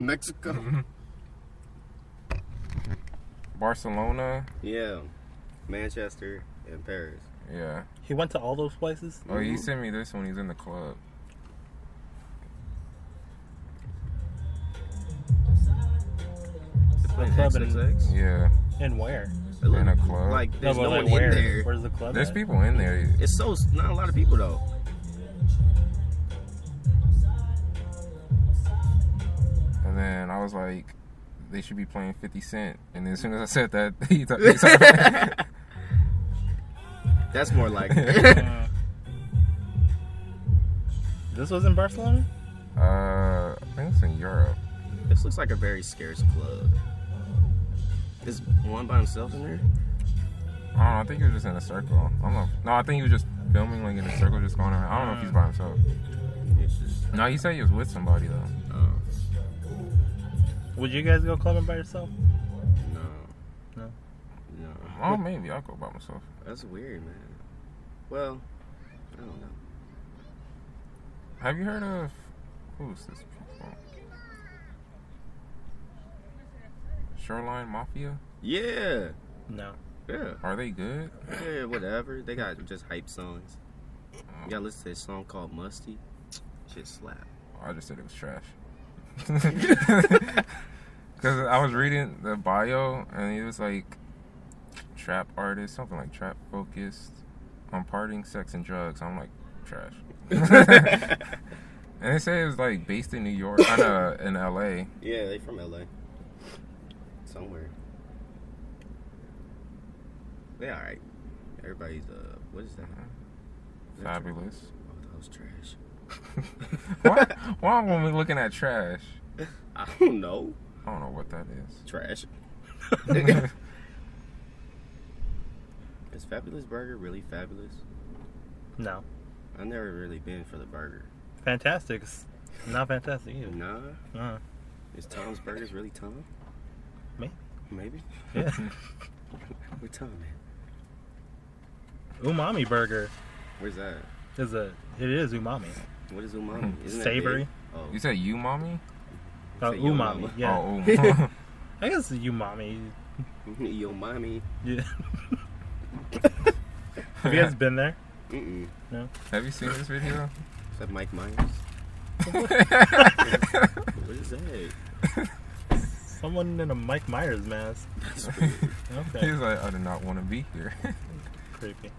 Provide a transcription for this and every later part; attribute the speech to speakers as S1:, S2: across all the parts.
S1: Mexico.
S2: Mm-hmm. Barcelona.
S3: Yeah, Manchester and Paris.
S2: Yeah.
S4: He went to all those places.
S2: Oh, he sent me this when he's in the club.
S3: They're playing
S4: club in-
S3: XXX.
S2: Yeah.
S4: And where?
S3: It look
S2: in a club.
S3: Like there's
S4: but
S3: no,
S4: like
S3: one
S4: where?
S3: in there.
S4: Where's the club?
S2: There's
S4: at?
S2: people in there.
S3: It's so not a lot of people though.
S2: And then I was like, they should be playing 50 Cent. And then as soon as I said that, he thought. He thought
S3: That's more like it.
S4: Uh, this was in Barcelona.
S2: uh, I think it's in Europe.
S3: this looks like a very scarce club. Is one by himself in there?
S2: I don't know. I think he was just in a circle. I don't know. No, I think he was just filming like in a circle, just going around. I don't know if he's by himself. No, he said he was with somebody though.
S3: Oh
S4: Would you guys go clubbing by yourself?
S3: no,
S4: No.
S3: no.
S2: Oh, maybe I'll go by myself.
S3: That's weird, man. Well, I don't know.
S2: Have you heard of who's this people? Shoreline Mafia?
S3: Yeah,
S4: No.
S3: yeah,
S2: Are they good?
S3: yeah. Whatever. They got just hype songs. You gotta listen to this song called Musty. Shit slap.
S2: I just said it was trash. Because I was reading the bio and it was like trap artist, something like trap focused on partying, sex, and drugs. I'm like, trash. and they say it was like based in New York, I know, in LA.
S3: Yeah, they from LA. Somewhere. They alright. Everybody's uh what is that? Is that tra-
S2: Fabulous.
S3: Oh, that was trash.
S2: why, why am I looking at trash?
S3: I don't know.
S2: I don't know what that is.
S3: Trash. is Fabulous Burger really fabulous?
S4: No.
S3: I've never really been for the burger.
S4: Fantastics. Not fantastic either.
S3: Nah.
S4: Uh,
S3: Is Tom's Burgers really Tom?
S4: Maybe.
S3: Maybe?
S4: yeah.
S3: Where Tom at?
S4: umami burger
S3: Where's that?
S4: is a. It is umami.
S3: What is umami? Isn't that
S4: Savory.
S3: big? Oh,
S2: you said you, mommy?
S4: Uh,
S3: Say
S4: umami.
S3: umami.
S4: Yeah.
S2: Oh, oh.
S4: I guess it's umami.
S3: yo mommy.
S4: Yeah. Have you guys been there?
S3: Mm-mm.
S2: Have you seen this video?
S3: Is that Mike Myers? what is that?
S4: Someone in a Mike Myers mask.
S3: That's weird.
S2: He
S4: Okay.
S2: was like, I did not want to be here.
S4: Creepy.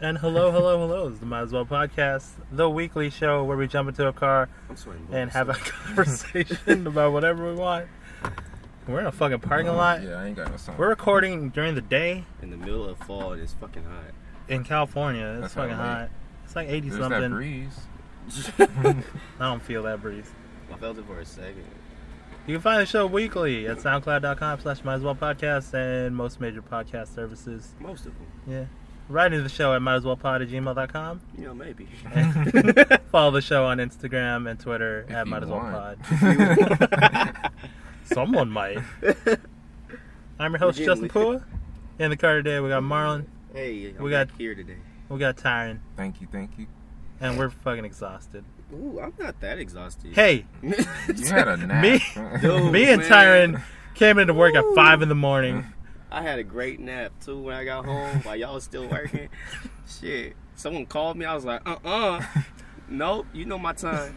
S4: And hello, hello, hello is the Might As Well podcast, the weekly show where we jump into a car
S3: I'm sweating.
S4: and
S3: bullets.
S4: have a conversation about whatever we want. We're in a fucking parking lot.
S2: Yeah, I ain't got no song.
S4: We're recording during the day
S3: in the middle of fall and it's fucking
S4: in California. It's
S2: That's
S4: fucking
S2: how I
S4: hot. It's like 80
S2: There's that
S4: something.
S2: breeze.
S3: hot.
S4: I don't feel that breeze.
S3: I felt it for a second.
S4: You can find the show weekly at soundcloud.com slash might as well podcast and most major podcast services.
S3: Most of them.
S4: Yeah. Write into the show at might as well pod at gmail.com.
S3: You know, maybe.
S4: Follow the show on Instagram and Twitter
S2: If
S4: at
S2: you
S4: might as well pod.
S2: want.
S4: Someone might. I'm your host,
S3: We're
S4: Justin
S3: getting
S4: Pua. In the car today, we got Marlon,
S3: hey, I'm
S4: We got-
S3: not here today.
S4: we got Tyron,
S2: Thank you, thank you.
S4: and we're fucking exhausted.
S3: Ooh, I'm not that exhausted.
S4: Hey,
S2: You had a nap.
S4: Me?
S3: Dude.
S4: me and
S3: man.
S4: Tyron came into work at 5 in the morning.
S3: I had a great nap too when I got home while y'all was still working. Shit. Someone called me. I was like, uh uh Nope, you know my time.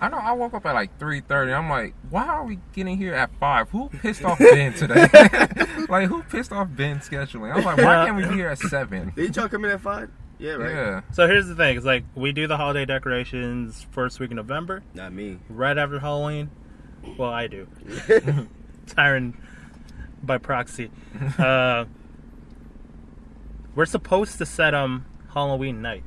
S2: I know. I woke up at like three thirty. I'm like, why are we getting here at five? Who pissed off Ben today? like, who pissed off Ben's scheduling? I'm like, why can't we be here at seven?
S3: Did y'all come in at five? Yeah, right.
S2: Yeah.
S4: So here's the thing: it's like we do the holiday decorations first week in November,
S3: Not me.
S4: right after Halloween. Well, I do. Tyron by proxy. Uh, we're supposed to set them Halloween night.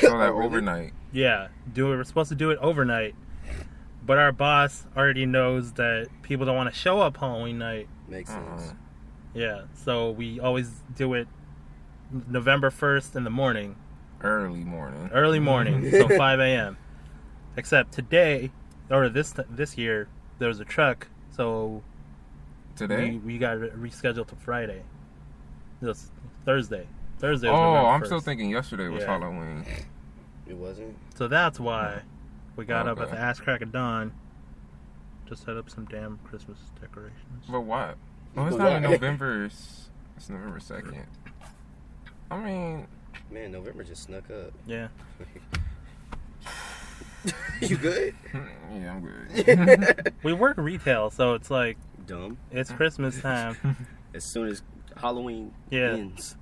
S2: So that overnight.
S4: Yeah, do it. We're supposed to do it overnight, but our boss already knows that people don't want to show up Halloween night.
S3: Makes
S2: Uh-uh.
S3: sense.
S4: Yeah, so we always do it November first in the morning,
S2: early morning.
S4: early morning, so 5 a.m. Except today, or this this year, there was a truck, so we,
S2: Today?
S4: we got re- rescheduled to Friday. This Thursday. Thursday.
S2: Oh,
S4: Was November
S2: I'm
S4: 1st.
S2: still thinking yesterday was
S4: Yeah.
S2: Halloween.
S3: It wasn't.
S4: So that's why we got up at
S2: Okay.
S4: the ass crack of dawn to set up some damn Christmas decorations.
S2: But what? Oh, it's
S3: But
S2: not in
S3: what?
S2: November. It's it's November 2nd. I mean,
S3: Man, November just snuck up.
S4: Yeah.
S3: you good?
S2: yeah, I'm good.
S4: We work retail, so it's like
S3: Dumb.
S4: it's Christmas time.
S3: As soon as Halloween
S4: Yeah.
S3: ends.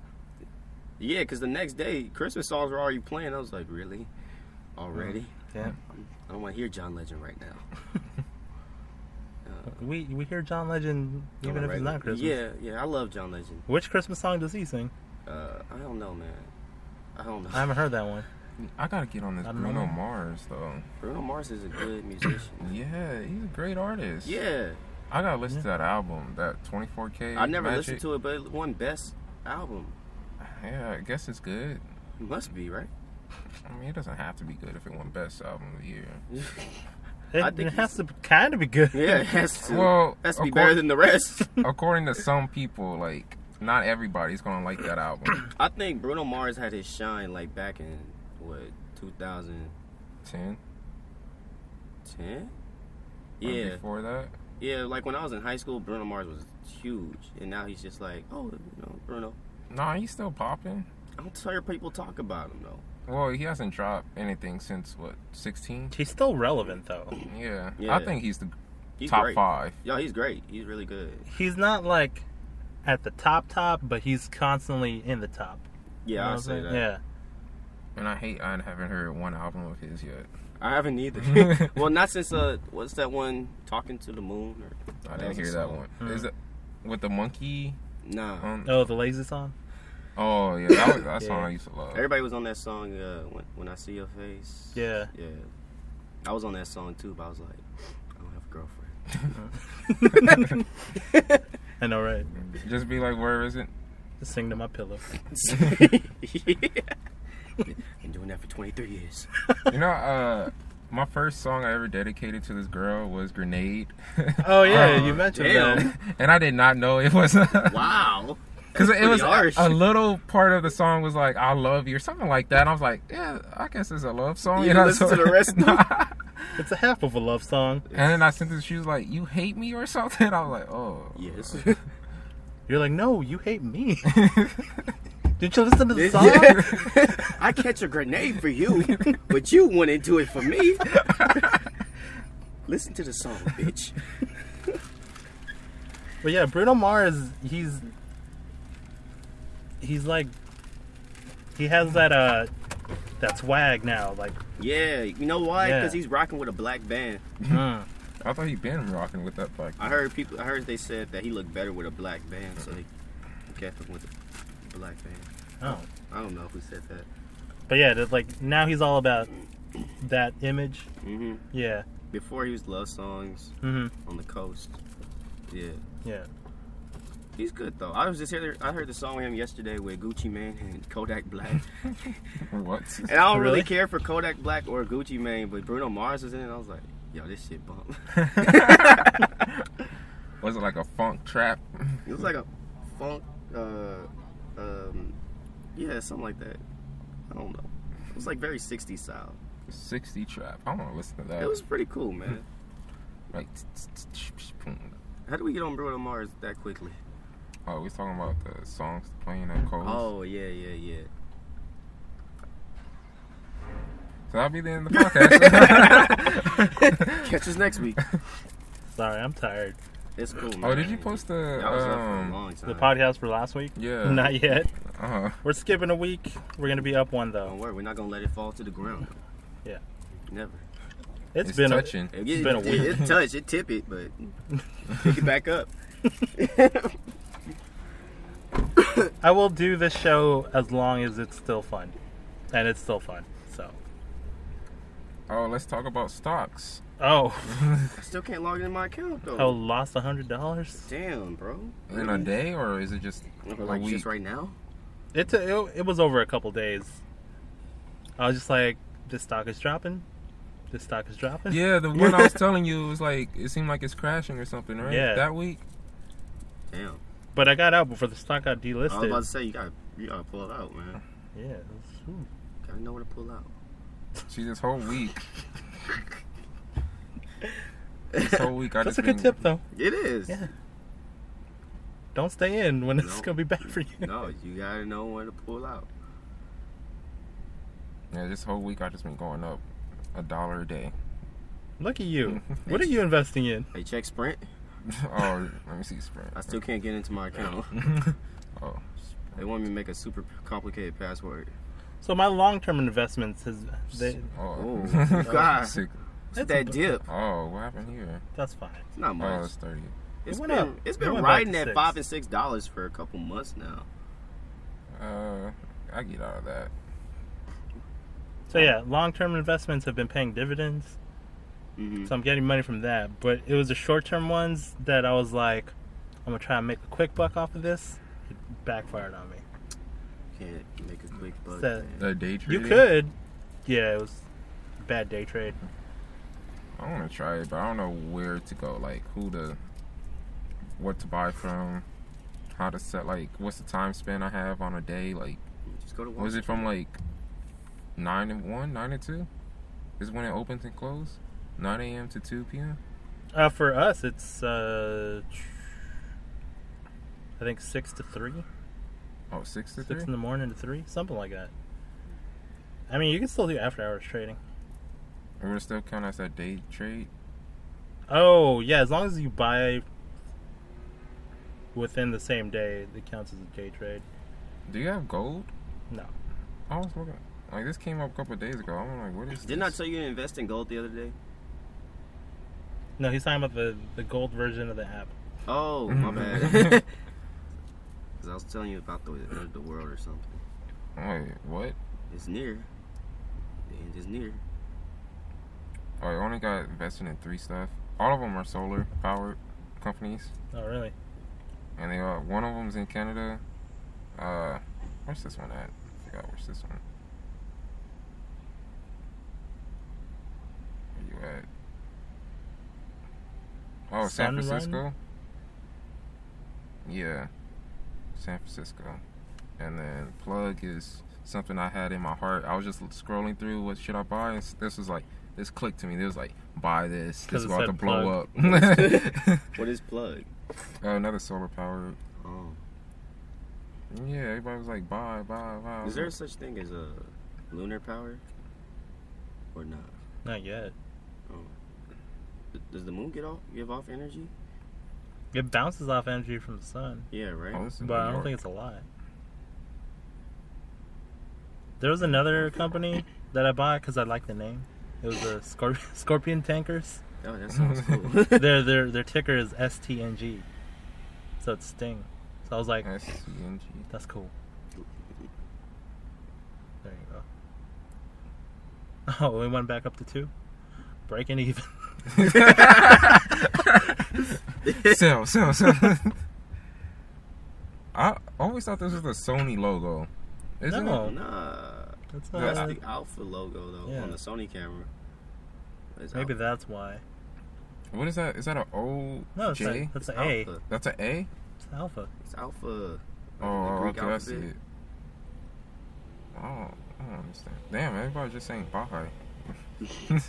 S3: Yeah, because the next day, Christmas songs were already playing. I was like, really? Already?
S2: Mm.
S4: Yeah.
S3: I don't want to hear John Legend right now. Uh,
S4: We we hear John Legend even if it's
S3: Alright.
S4: not Christmas.
S3: Yeah, yeah, I love John Legend.
S4: Which Christmas song does he sing?
S3: Uh, I don't know, man. I don't know.
S4: I haven't heard that one.
S2: I gotta get on this
S4: I don't
S2: Bruno
S4: know.
S2: Mars though.
S3: Bruno Mars is a good musician.
S2: Yeah, he's a great artist.
S3: Yeah,
S2: I gotta listen to that album, that 24K.
S3: I never listened to it, but it won best album.
S2: Yeah, I guess it's good.
S3: It must be right.
S2: I mean, it doesn't have to be good if it won best album of the year.
S4: It,
S3: I think
S4: it has to kind of be good.
S3: Yeah, it has to.
S2: Well,
S3: has to be
S2: of
S3: better
S2: course-
S3: than the rest.
S2: According to some people, like not everybody's gonna like that album.
S3: I think Bruno Mars had his shine like back in what 2010.
S2: Ten. or
S3: Yeah,
S2: Before that,
S3: yeah. Like when I was in high school, Bruno Mars was huge, and now he's just like, oh, you know, Bruno.
S2: nah, he's still popping.
S3: I don't hear people talk about him though.
S2: Well, he hasn't dropped anything since what 16.
S4: He's still relevant though.
S2: Yeah.
S3: Yeah.
S2: I think he's the
S3: He's
S2: top
S3: great.
S2: five.
S3: Yo, he's great. He's really good.
S4: He's not like at the top top, but he's constantly in the top. You know
S3: Yeah,
S4: what
S3: I
S4: I'm
S3: say
S4: saying?
S3: that.
S4: Yeah.
S2: And I hate I haven't heard one album of his yet.
S3: I haven't either. well, not since uh, what's that one? Talking to the moon? Or,
S2: I
S3: That
S2: didn't
S3: was a
S2: hear that
S3: song. Hmm.
S2: one.
S4: Mm.
S2: Is it with the monkey?
S3: nah.
S2: Um,
S4: Oh, the lazy song.
S2: oh yeah, that was that song
S4: Yeah.
S2: I used to love.
S3: Everybody was on that song uh, when, when I See Your Face.
S4: Yeah.
S3: Yeah. I was on that song too, but I was like, I don't have a girlfriend.
S4: I know, right?
S2: Just be like, where is it?
S4: Just sing to my pillow.
S3: Been doing that for 23 years.
S2: You know, uh, my first song I ever dedicated to this girl was "Grenade,"
S4: Oh yeah,
S3: Oh,
S4: you mentioned
S3: damn.
S4: that.
S2: and I did not know it was because
S3: Wow.
S2: it was
S3: Pretty harsh.
S2: a little part of the song was like "I love you" or something like that. And I was like, yeah, I guess it's a love song.
S3: You listen to the rest now?
S4: It's a half of a love song.
S2: and then I sent this. She was like, "You hate me" or something. I was like, oh,
S3: Yes.
S4: You're like, no, you hate me. Did you listen to the song?
S3: Yeah. I catch a grenade for you, but you wouldn't do it for me. Listen to the song, bitch.
S4: But yeah, Bruno Mars, he's he's like he has that uh that swag now. Like,
S3: Yeah, you know why?
S4: Yeah.
S3: Because he's rocking with a black band.
S4: mm,
S2: I thought he'd been rocking with that like
S3: I heard people. I heard they said that he looked better with a black band, so they kept him with a black band.
S4: oh.
S3: I don't know who said that.
S4: But yeah, there's, like now he's all about that image.
S3: hmm
S4: Yeah.
S3: Before he was love songs
S4: hmm
S3: on the coast. Yeah,
S4: Yeah.
S3: he's good though. I was just here. I heard the song with him yesterday with Gucci Mane and Kodak Black,
S2: what?
S3: and I don't really?
S4: Really?
S3: care for Kodak Black or Gucci Mane, but Bruno Mars was in it. and I was like, yo, this shit bump.
S2: Was it like a funk trap?
S3: it was like a funk. Uh, um, yeah, something like that. I don't know. It was like very 60s style.
S2: 60 trap. I want to listen to that.
S3: It was pretty cool, man.
S2: like,
S3: How do we get on Bruno Mars that quickly?
S2: oh, we're talking about the songs playing at Coles.
S3: Oh yeah, yeah, yeah.
S2: So that'll be the end of the podcast.
S3: Catch us next week.
S4: Sorry, I'm tired.
S3: It's cool. Man.
S2: oh, did you post the.
S3: That was up for a
S2: Um,
S3: long time.
S4: The podcast for last week?
S2: yeah.
S4: Not yet.
S2: Uh,
S4: We're skipping a week. We're gonna be up one
S3: Don't
S4: though.
S3: worry, we're not gonna let it fall to the ground.
S4: Yeah.
S3: Never.
S2: it's
S4: it's been a
S2: touching.
S3: It,
S4: been a
S3: it,
S4: week.
S3: It, touch, it tip it, but pick it back up.
S4: I will do this show as long as it's still fun, and it's still fun. So,
S2: oh, let's talk about stocks.
S4: oh,
S3: I still can't log into my account though.
S4: I lost a hundred dollars.
S3: Damn, bro.
S2: In
S3: Mm.
S2: a day, or is it just.
S3: Or
S2: a
S3: Like
S2: week?
S3: just right now?
S4: It, t- it it was over a couple days. I was just like, this stock is dropping. This stock is dropping.
S2: Yeah, the one I was telling you it was like it seemed like it's crashing or something, right?
S4: Yeah.
S2: That week.
S3: Damn.
S4: But I got out before the stock got
S3: I was about to
S4: delisted.
S3: say you got you gotta pull it out, man.
S4: Yeah. it was- ooh.
S3: Gotta know where to pull out.
S2: See, this whole week. this whole week I
S4: That's
S2: just
S4: a good
S2: been-
S4: tip though.
S3: It is.
S4: Yeah. Don't stay in when it's
S3: No.
S4: gonna be bad for you.
S3: No, you gotta know when to pull out.
S2: Yeah, this whole week I just been going up a dollar a day.
S4: Look at you. What are you investing in?
S3: Hey, check Sprint.
S2: oh, let me see Sprint.
S3: I still can't get into my account.
S2: oh,
S3: They want me to make a super complicated password.
S4: So my long-term investments is they,
S2: oh,
S3: Oh, God.
S2: Sick.
S4: That's
S3: It's that
S4: a-
S3: dip.
S2: Oh, what happened here?
S4: that's fine.
S3: It's not
S2: Oh,
S3: much.
S2: it's thirty.
S3: It's
S4: It
S3: been
S4: went up.
S3: it's
S4: It
S3: been
S4: went back
S3: riding
S4: to
S3: at
S4: six.
S3: five and six dollars for a couple months now.
S2: Uh, I get out of that.
S4: So yeah, long-term investments have been paying dividends.
S3: hmm
S4: So I'm getting money from that. But it was the short term ones that I was like, I'm gonna try and make a quick buck off of this. It backfired on me.
S3: Can't make a quick buck.
S4: So-
S3: man.
S2: The day
S4: You
S2: trading.
S4: could. Yeah, it was a bad day trade.
S2: I want to try it, but I don't know where to go. Like, who to, what to buy from, how to set. Like, what's the time span I have on a day? Like,
S3: Just go to Wall
S2: was it from like nine and one, nine and two? Is when it opens and closes? Nine a.m. to two p.m.
S4: Uh, for us, it's uh, I think six to three,
S2: Oh, six to
S4: six
S2: three.
S4: in the morning to three, something like that. I mean, you can still do after hours trading.
S2: It would still count as a day trade.
S4: Oh yeah, as long as you buy within the same day, it counts as a day trade.
S2: Do you have gold?
S4: No.
S2: I was looking. Like this came up a couple of days ago. I'm like, what is?
S3: Didn't I
S2: this?
S3: tell you to invest in gold the other day?
S4: No, he's talking about the the gold version of the app.
S3: Oh, my
S4: Mm-hmm.
S3: bad. Cause I was telling you about the end of the world or something.
S2: Wait, what?
S3: It's near. The end is near.
S2: Oh, I only got invested in three stuff. All of them are solar powered companies.
S4: Oh, really?
S2: and they are one of them's in Canada. Uh, where's this one at? I forgot where's this one. Where you at? Oh, San
S4: Sunrun?
S2: Francisco. Yeah, San Francisco, and then plug is something I had in my heart. I was just scrolling through what should I buy, and s- this was like this clicked to me. This was like buy this. This is
S4: 'Cause it
S2: about to
S4: said
S2: blow up.
S3: What is plug?
S2: Another solar powered
S3: Oh.
S2: Yeah, everybody was like, bye, bye, bye.
S3: Is there such thing as a lunar power? Or not?
S4: Not yet.
S3: Th- Does the moon get off give off energy?
S4: It bounces off energy from the sun,
S3: Yeah, right.
S2: Oh, this is
S4: but
S2: New
S4: I don't
S2: York.
S4: think it's a lot. There was another company that I bought because I like the name. It was the Scorp- Scorpion Tankers.
S3: Oh, that sounds cool.
S4: Their their their ticker is STNG, so it's Sting. So I was like,
S2: SCNG.
S4: that's cool. There you go. Oh, we went back up to two, breaking even.
S2: sell, sell, sell. I always thought this was the Sony logo. Isn't
S4: No.
S2: it?
S3: Oh. nah,
S4: That's
S2: That's
S4: not.
S3: that's the Alpha logo though
S4: Yeah.
S3: on the Sony camera. It's
S4: Maybe
S3: Alpha.
S4: that's why.
S2: What is that? Is that an O?
S4: No, it's
S2: J?
S4: a, it's an A.
S3: Alpha.
S2: That's an A?
S4: It's alpha.
S3: It's Alpha.
S2: Oh,
S3: the Greek
S2: okay, I see
S3: alphabet.
S2: it. I don't, I don't understand. Damn, everybody just saying bye.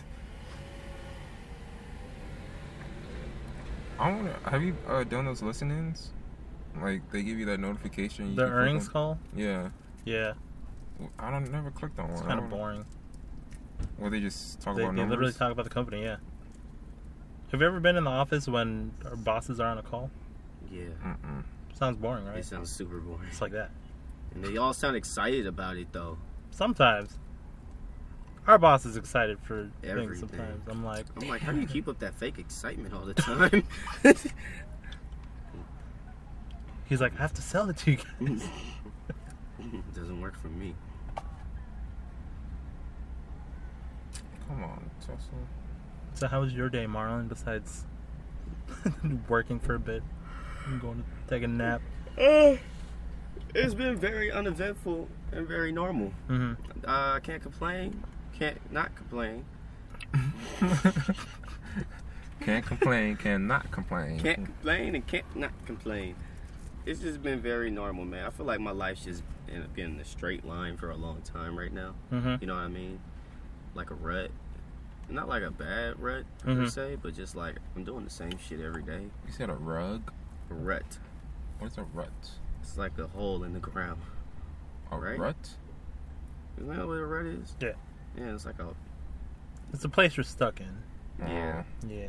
S2: I wonder, have you uh, done those listenings? Like, they give you that notification. You
S4: The
S2: can click
S4: earnings
S2: on-
S4: call.
S2: Yeah.
S4: Yeah,
S2: I don't never clicked on one.
S4: it's
S2: I
S4: kind
S2: don't-
S4: of boring.
S2: Well, they just talk
S4: They,
S2: about
S4: they
S2: numbers.
S4: literally talk about the company. Yeah. Have you ever been in the office when our bosses are on a call?
S3: Yeah,
S2: Mm-mm.
S4: Sounds boring,
S3: it
S4: right?
S3: sounds super boring.
S4: It's like that.
S3: And they all sound excited about it though.
S4: Sometimes. Our boss is excited for things.
S3: Everything.
S4: Sometimes I'm like,
S3: I'm like, how do you keep up that fake excitement all the time?
S4: he's like, I have to sell it to you. guys."
S3: it doesn't work for me.
S2: Come on, Tesla.
S4: So how was your day, Marlon? Besides working for a bit, and going to take a nap.
S3: It's been very uneventful and very normal.
S4: hmm
S3: Uh, I can't complain. Can't not complain.
S2: Can't complain, cannot complain.
S3: Can't complain and can't not complain. It's just been very normal, man. I feel like my life's just in, been in a straight line for a long time right now.
S4: hmm
S3: You know what I mean? Like a rut. Not like a bad rut per
S4: Mhm.
S3: se, but just like I'm doing the same shit every day.
S2: You said a rug?
S3: A rut.
S2: What's a rut?
S3: It's like a hole in the ground.
S2: A
S3: Right.
S2: rut?
S3: You know what a rut is?
S4: Yeah.
S3: Yeah, it's like a
S4: It's a place you're stuck in.
S3: Yeah.
S4: Yeah.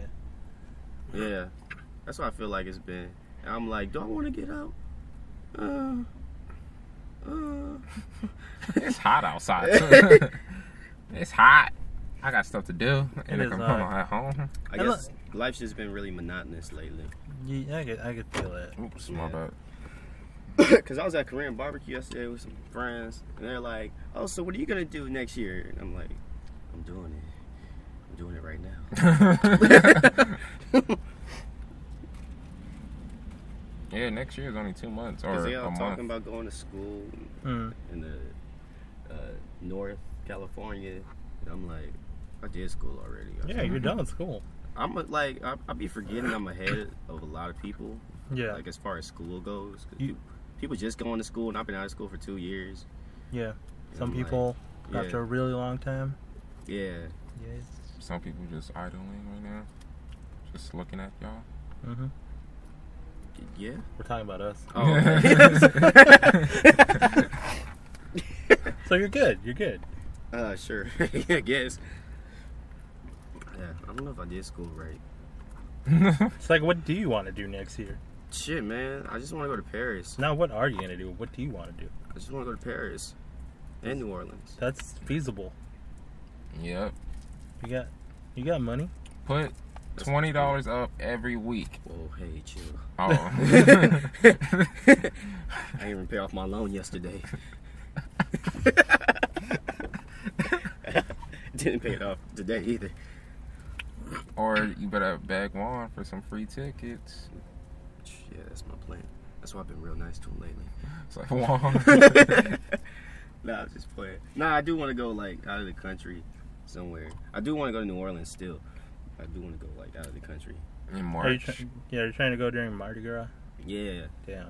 S3: yeah. That's what I feel like it's been. And I'm like, do I want to get out? Uh, uh.
S2: Uh, it's hot outside. too. it's hot. I got stuff to do, and I
S4: It is
S2: can put
S4: hot.
S2: on at home.
S3: I
S4: And
S3: guess life's just been really monotonous lately.
S4: yeah I, could, I could feel it.
S2: Oops, my
S3: Yeah.
S2: bad.
S3: Cause I was at Korean barbecue yesterday with some friends, and they're like, "Oh, so what are you gonna do next year?" And I'm like, "I'm doing it. I'm doing it right now."
S2: yeah, next year is only two months
S3: Cause
S2: or
S3: they all
S2: a
S3: talking about
S2: month.
S3: going to school
S4: Mm.
S3: in the uh, North California, and I'm like, "I did school already."
S4: Yeah, you're done with school.
S3: I'm a- like, I, I be forgetting I'm ahead of a lot of people,
S4: Yeah.
S3: like as far as school goes. 'Cause
S4: You-
S3: peop- people just going to school, and I've been out of school for two years.
S4: yeah.
S3: and
S4: Some
S3: I'm like,
S4: people,
S3: yeah,
S4: after a really long time,
S3: yeah.
S4: yeah.
S2: Some people just idling right now, just looking at y'all.
S4: hmm
S3: Yeah.
S4: We're talking about us.
S3: Oh, okay.
S4: So you're good. You're good.
S3: uh, sure. I guess. Yeah, I don't know if I did school right.
S4: It's like, what do you want to do next year?
S3: Shit, man. I just want to go to Paris.
S4: Now, what are you gonna do? What do you want to do?
S3: I just want to go to Paris and New Orleans.
S4: That's feasible.
S2: yep.
S4: You got, you got money.
S2: Put twenty dollars up every week.
S3: Whoa, hey, chill.
S2: Oh.
S3: I didn't even pay off my loan yesterday. Didn't pay it off today either.
S2: or you better bag one for some free tickets.
S3: Yeah, that's my plan. That's why I've been real nice to him lately.
S2: It's like Juan.
S3: nah, I'm just playing. Nah, I do want to go like out of the country somewhere. I do want to go to New Orleans still. I do want to go like out of the country.
S2: in
S4: Are you
S2: March.
S4: try- yeah, you're trying to go during Mardi Gras.
S3: Yeah.
S4: Damn.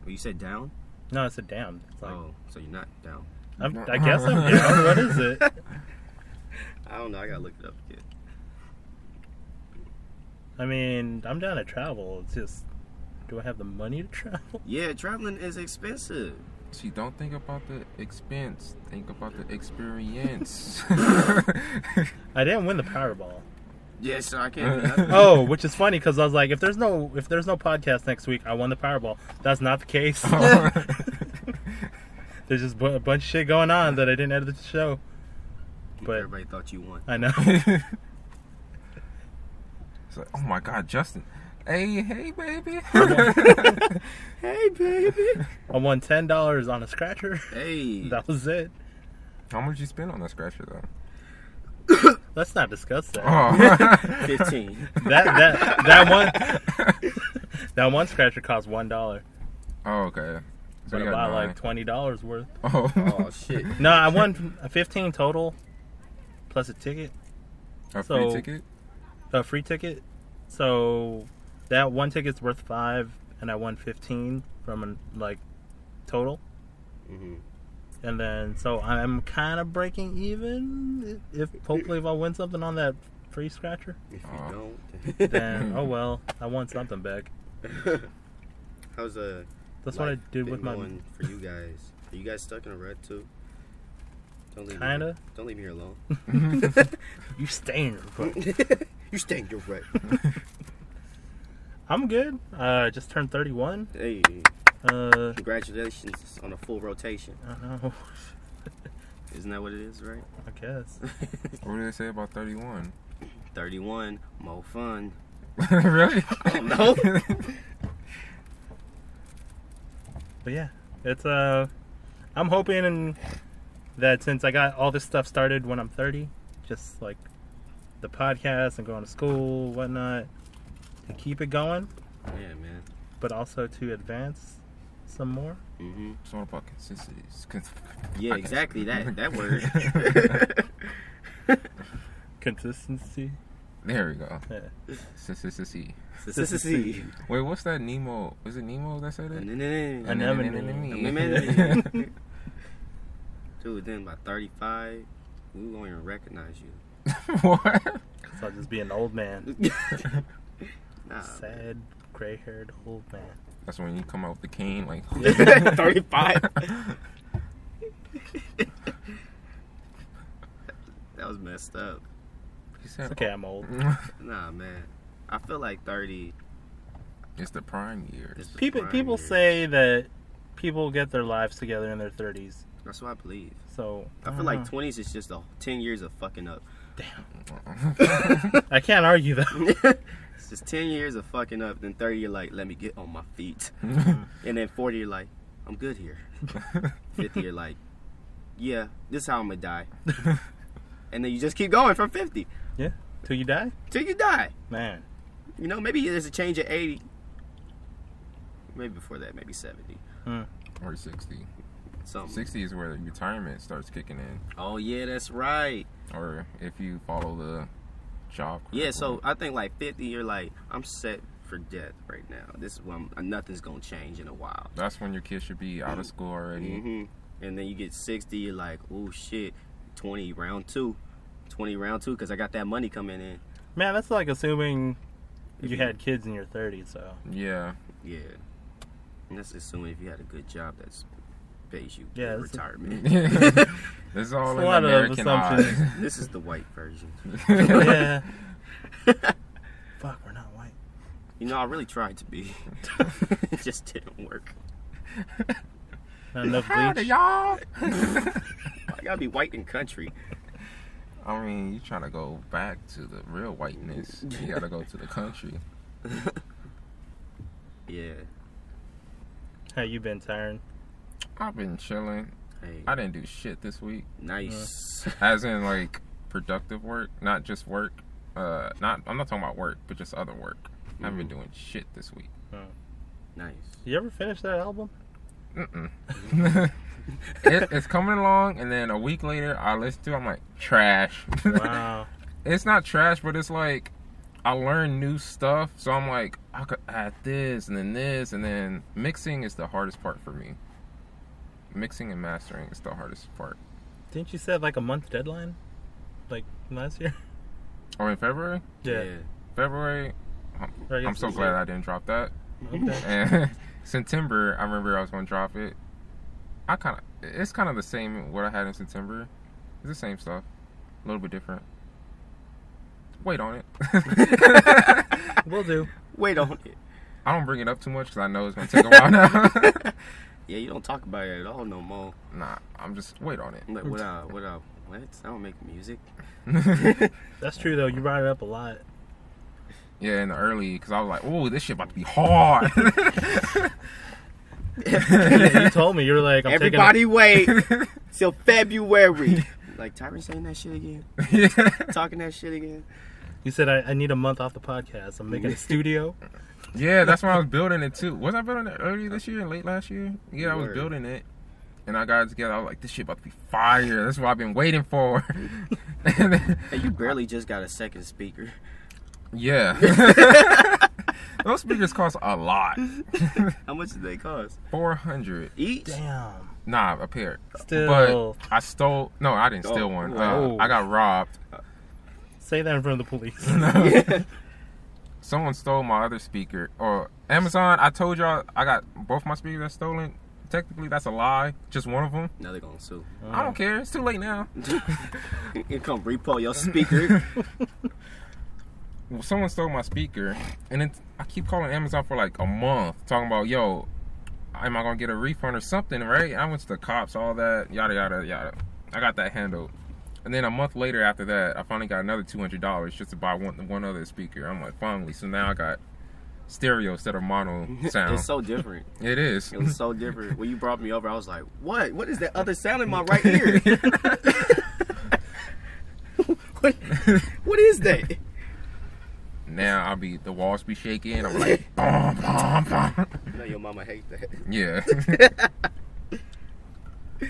S3: Well, you said down?
S4: No, it's a damn. It's like,
S3: oh, so you're not down.
S4: I'm, I guess I'm down. What is it?
S3: I don't know. I gotta look it up again.
S4: I mean, I'm down to travel. It's just, do I have the money to travel?
S3: Yeah, traveling is expensive.
S2: See, don't think about the expense. Think about the experience.
S4: I didn't win the Powerball.
S3: Yeah, so I can't. do nothing.
S4: Oh, which is funny because I was like, if there's no if there's no podcast next week, I won the Powerball. That's not the case. there's just bu- a bunch of shit going on that I didn't edit the show. but-
S3: everybody thought you won.
S4: I know.
S2: it's like, oh my God, Justin. Hey, hey, baby.
S3: Hey, baby.
S4: I won ten dollars on a scratcher.
S3: hey.
S4: That was it.
S2: How much you spend on that scratcher though?
S4: Let's not discuss that.
S2: Oh.
S3: Fifteen.
S4: That that that one that one scratcher cost one dollar,
S2: oh, okay. So
S4: but
S2: you
S4: I
S2: got
S4: bought
S2: nine.
S4: like twenty dollars worth.
S2: Oh.
S3: Oh shit.
S4: No, I won a fifteen total, plus a ticket,
S2: A free
S4: So-
S2: ticket?
S4: a free ticket. So that one ticket's worth five, and I won fifteen from an, like total.
S3: hmm
S4: And then, so I'm kind of breaking even. If hopefully, if I win something on that free scratcher,
S3: If you
S2: Aw.
S3: don't,
S4: then oh well, I won something back.
S3: how's uh?
S4: That's what I
S3: life
S4: did
S3: been
S4: with my
S3: going for you guys. Are you guys stuck in a rut too? Don't leave. me-
S4: Kinda.
S3: Don't leave me here alone.
S4: You staying? but
S3: you stay in your rut.
S4: I'm good. Uh, just turned 31.
S3: hey,
S4: Uh,
S3: congratulations on a full rotation.
S4: I don't know.
S3: Isn't that what it is, right?
S4: I guess.
S2: What do they say about 31?
S3: Thirty-one, more fun.
S2: really?
S3: I don't
S4: Oh,
S3: know.
S4: But yeah, it's uh, I'm hoping that since I got all this stuff started when I'm 30, just like the podcast and going to school, whatnot, to keep it going,
S3: yeah, man.
S4: but also to advance some more.
S3: Mm-hmm.
S2: It's all about consistency. It's cons-
S3: Yeah, exactly. That that word.
S4: Consistency.
S2: there we go.
S4: Yeah.
S2: Consistency.
S3: Consistency.
S2: Wait, what's that Nemo? Is it Nemo that said it?
S3: Anemone.
S2: Anemone.
S3: Dude, then by 35, we won't even recognize you.
S2: What?
S4: So I'll just be an old man,
S3: nah. man.
S4: sad, gray-haired old man.
S2: That's when you come out with the cane, like
S3: 35. That was messed up.
S2: He said, "Oh."
S4: It's okay, I'm old.
S3: Nah, man. I feel like 30
S2: It's the prime years.
S3: is the
S4: People
S3: prime
S4: people
S3: years.
S4: say that people get their lives together in their 30s.
S3: That's what I believe.
S4: So Uh-huh.
S3: I feel
S4: don't
S3: like
S4: know.
S3: 20s is just a 10 years of fucking up.
S4: I can't argue that.
S3: it's just 10 years of fucking up. Then 30, you're like, let me get on my feet. And then 40, you're like, I'm good here. 50, you're like, yeah, this is how I'm gonna die. And then you just keep going from 50
S4: Yeah, till you die,
S3: till you die.
S4: man.
S3: You know, maybe there's a change at 80. Maybe before that, maybe 70.
S2: or 60.
S4: Um,
S3: Something.
S2: 60 is where the retirement starts kicking in.
S3: Oh, yeah, that's right.
S2: Or if you follow the job.
S3: Yeah, so
S2: curriculum.
S3: I think like 50, you're like, I'm set for death right now. This is when I'm- nothing's gonna change in a while.
S2: That's when your kid should be out of school already.
S3: hmm And then you get 60, you're like, oh shit, 20 round two. 20 round two, because I got that money coming in.
S4: Man, that's like assuming you had kids in your 30s. So
S2: Yeah.
S3: Yeah. And that's assuming if you had a good job that's pays you
S4: Yeah,
S3: for
S4: that's a-
S3: retirement.
S2: this is all
S4: It's a
S2: in
S4: lot of
S2: American eyes.
S4: assumptions.
S3: this is the white version.
S4: yeah. Fuck, we're not white.
S3: You know, I really tried to be. it just didn't work.
S4: Not enough
S2: Howdy,
S4: bleach.
S2: y'all.
S3: I gotta be white in country.
S2: I mean, you trying to go back to the real whiteness. You got to go to the country.
S3: Yeah.
S4: How you been, Tyron?
S2: I've been chilling.
S3: Hey.
S2: I didn't do shit this week.
S3: nice.
S2: As in, like, productive work, not just work. Uh, not I'm not talking about work, but just other work. I haven't been
S4: Mm-hmm.
S2: doing shit this week.
S3: nice.
S4: You ever finish that album?
S2: Mm-mm. it, it's coming along, and then a week later, I listen to. it, I'm like, trash.
S4: Wow.
S2: it's not trash, but it's like I learn new stuff. So I'm like, I could add this and then this, and then mixing is the hardest part for me. Mixing and mastering is the hardest part.
S4: Didn't you set like a month deadline? Like last year?
S2: Or Oh, in February, February. I'm,
S4: Or I guess
S2: I'm so
S4: this
S2: glad
S4: year.
S2: I didn't drop that.
S4: Okay.
S2: And September, I remember I was gonna drop it. I kind of, it's kind of the same what I had in September. It's the same stuff, a little bit different. Wait on it.
S4: Will do.
S3: Wait on it.
S2: I don't bring it up too much because I know it's gonna take a while now.
S3: Yeah, you don't talk about it at all no more.
S2: nah, I'm just wait on
S3: I'm like, what up? What up? What? I don't make music.
S2: it.
S4: That's true though. You brought it up a lot.
S2: yeah, in the early because I was like, oh, this shit about to be hard.
S4: you told me you were like, I'm
S3: Everybody wait till February. like Tyron saying that shit again, talking that shit again.
S4: taking. A, you said I, I need a month off the podcast. I'm making a studio.
S2: yeah, that's when I was building it too. Was I building it early this year, late last year? Yeah, I was
S3: Word.
S2: building it, and I got it together. I was like, this shit about to be fire. That's what I've been waiting for. And then-
S3: Hey, you barely just got a second speaker.
S2: yeah, those speakers cost a lot.
S3: How much did they cost?
S2: Four hundred.
S3: Each?
S4: Damn.
S2: Nah, a pair.
S4: Still.
S2: But I stole. No, I didn't steal
S3: Oh,
S2: one. Uh,
S4: wow.
S2: I got robbed.
S4: Say that in front of the police.
S2: someone stole my other speaker or Amazon. I told y'all I got both my speakers are stolen. Technically, that's a lie. Just one of them.
S3: Now they're gonna sue.
S2: I don't care. It's too late now.
S3: You come repo your speaker.
S2: Well, Someone stole my speaker, and it, I keep calling Amazon for like a month, talking about yo, am I gonna get a refund or something? Right? I went to the cops, all that, yada yada yada. I got that handled. And then a month later, after that, I finally got another two hundred dollars just to buy one one other speaker. I'm like, finally. So now I got stereo instead of mono sound.
S3: it's so different.
S2: It is.
S3: It was so different. When you brought me over, I was like, "What? What is that other sound in my right ear? what, what is that?"
S2: now I'll be the walls be shaking. I'm like, bum, bum, bum.
S3: You know your mama hate that.
S2: yeah,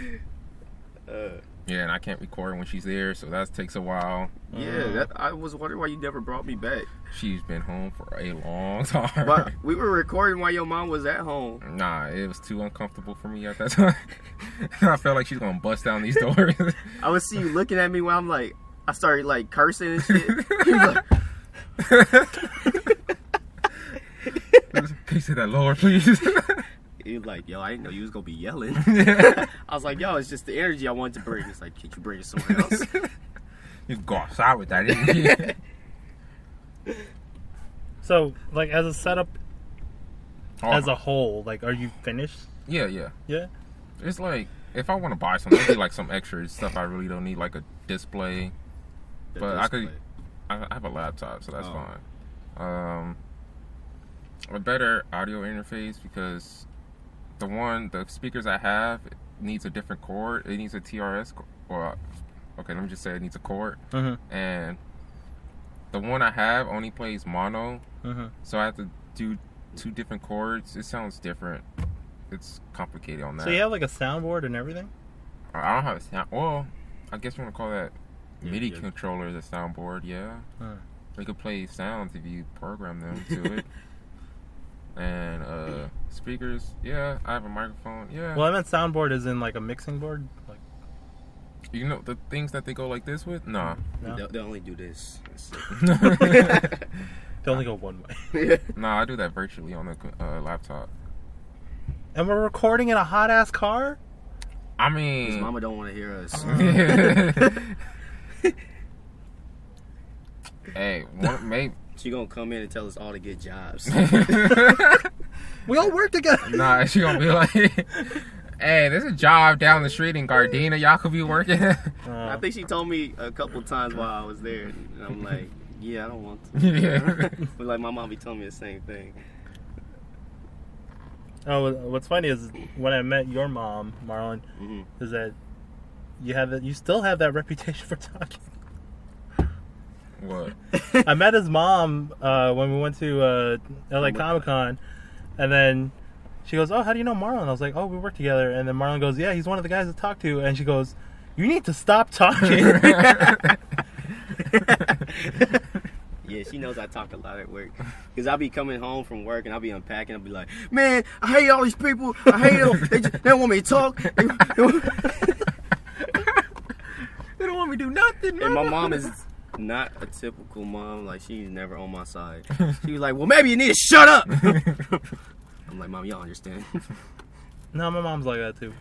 S3: Uh,
S2: yeah, and I can't record when she's there, so that takes a while.
S3: yeah, that, I was wondering why you never brought me back.
S2: She's been home for a long time.
S3: But we were recording while your mom was at home.
S2: Nah, it was too uncomfortable for me at that time. I felt like she's gonna bust down these doors.
S3: I would see you looking at me when I'm like, I started like cursing and shit. He was like,
S2: Can you say that lower, please?
S3: he was like, yo, I didn't know you was gonna be yelling.
S2: yeah.
S3: I was like, yo, it's just the energy I wanted to bring. It's like, can't you bring it somewhere else?
S2: You go outside with that. didn't you?
S4: So, like, as a setup
S2: Oh,
S4: as a whole, like, are you finished?
S2: yeah, yeah.
S4: Yeah.
S2: It's like if I want to buy something, it'd be like some extra stuff I really don't need, like a display.
S3: The
S2: But I could-
S3: display.
S2: I I have a laptop, so that's
S3: Oh.
S2: fine. Um, a better audio interface because the one the speakers I have needs a different cord. It needs a TRS. co- Well, okay, let me just say it needs a cord,
S4: Mm-hmm.
S2: and the one I have only plays mono,
S4: Mm-hmm.
S2: so I have to do two different chords. It sounds different. It's complicated on that.
S4: So you have like a soundboard and everything.
S2: I don't have a sound. Well, I guess you want to call that
S3: Yeah,
S2: MIDI
S3: yeah.
S2: controller the soundboard. Yeah,
S4: Hmm.
S2: they could play sounds if you program them to it. And uh speakers. Yeah, I have a microphone. Yeah,
S4: Well, I meant soundboard is in like a mixing board. Like,
S2: you know the things that they go like this with. Nah,
S4: no,
S3: They'll, they'll only do this. That's
S2: nah,
S4: they only go one way.
S3: it.
S2: I do that virtually on the uh, laptop.
S4: And we're recording in a hot ass car.
S2: I
S3: His
S2: mean,
S3: mama don't want to hear us.
S2: hey, one, maybe.
S3: She gonna come in and tell us all to get jobs.
S4: We all work together.
S2: Nah, she gonna be like, "Hey, there's a job down the street in Gardena. Y'all could be working."
S3: I
S4: Uh,
S3: think she told me a couple times while I was there, and I'm like, yeah, I don't want to.
S2: yeah.
S3: But like my mom be telling me the same thing.
S4: oh, what's funny is when I met your mom, Marlon,
S3: hmm
S4: is that you have that you still have that reputation for talking.
S2: What?
S4: I met his mom uh, when we went to uh, LA
S3: my
S4: Comic Con, and then she goes, "Oh, how do you know Marlon?" I was like, "Oh, we work together." And then Marlon goes, "Yeah, he's one of the guys to talk to." And she goes, "You need to stop talking."
S3: Yeah, she knows I talk a lot at work. Cause I'll be coming home from work and I'll be unpacking. I'll be like, man, I hate all these people. I hate them. They, just, they don't want me to talk. They,
S2: they don't want me to do nothing.
S3: And my mom is not a typical mom. Like she's never on my side. She was like, well, maybe you need to shut up. I'm like, mom, y'all understand.
S4: no, my mom's like that too.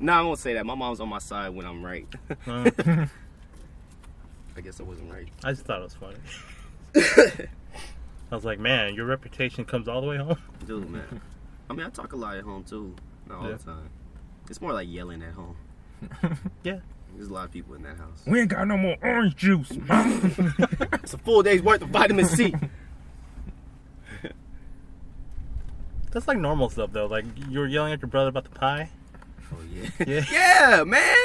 S3: no, I won't say that. My mom's on my side when I'm right.
S4: Uh,
S3: I guess I wasn't right.
S4: I just thought it was funny. I was like, "Man, your reputation comes all the way home."
S3: Dude, man. I mean, I talk a lot at home too. Not all
S4: Yeah.
S3: the time. It's more like yelling at home.
S4: Yeah.
S3: There's a lot of people in that house.
S2: We ain't got no more orange juice, mom.
S3: It's a full day's worth of vitamin C.
S4: That's like normal stuff though. Like you were yelling at your brother about the pie.
S3: Oh yeah.
S4: Yeah.
S3: Yeah, man.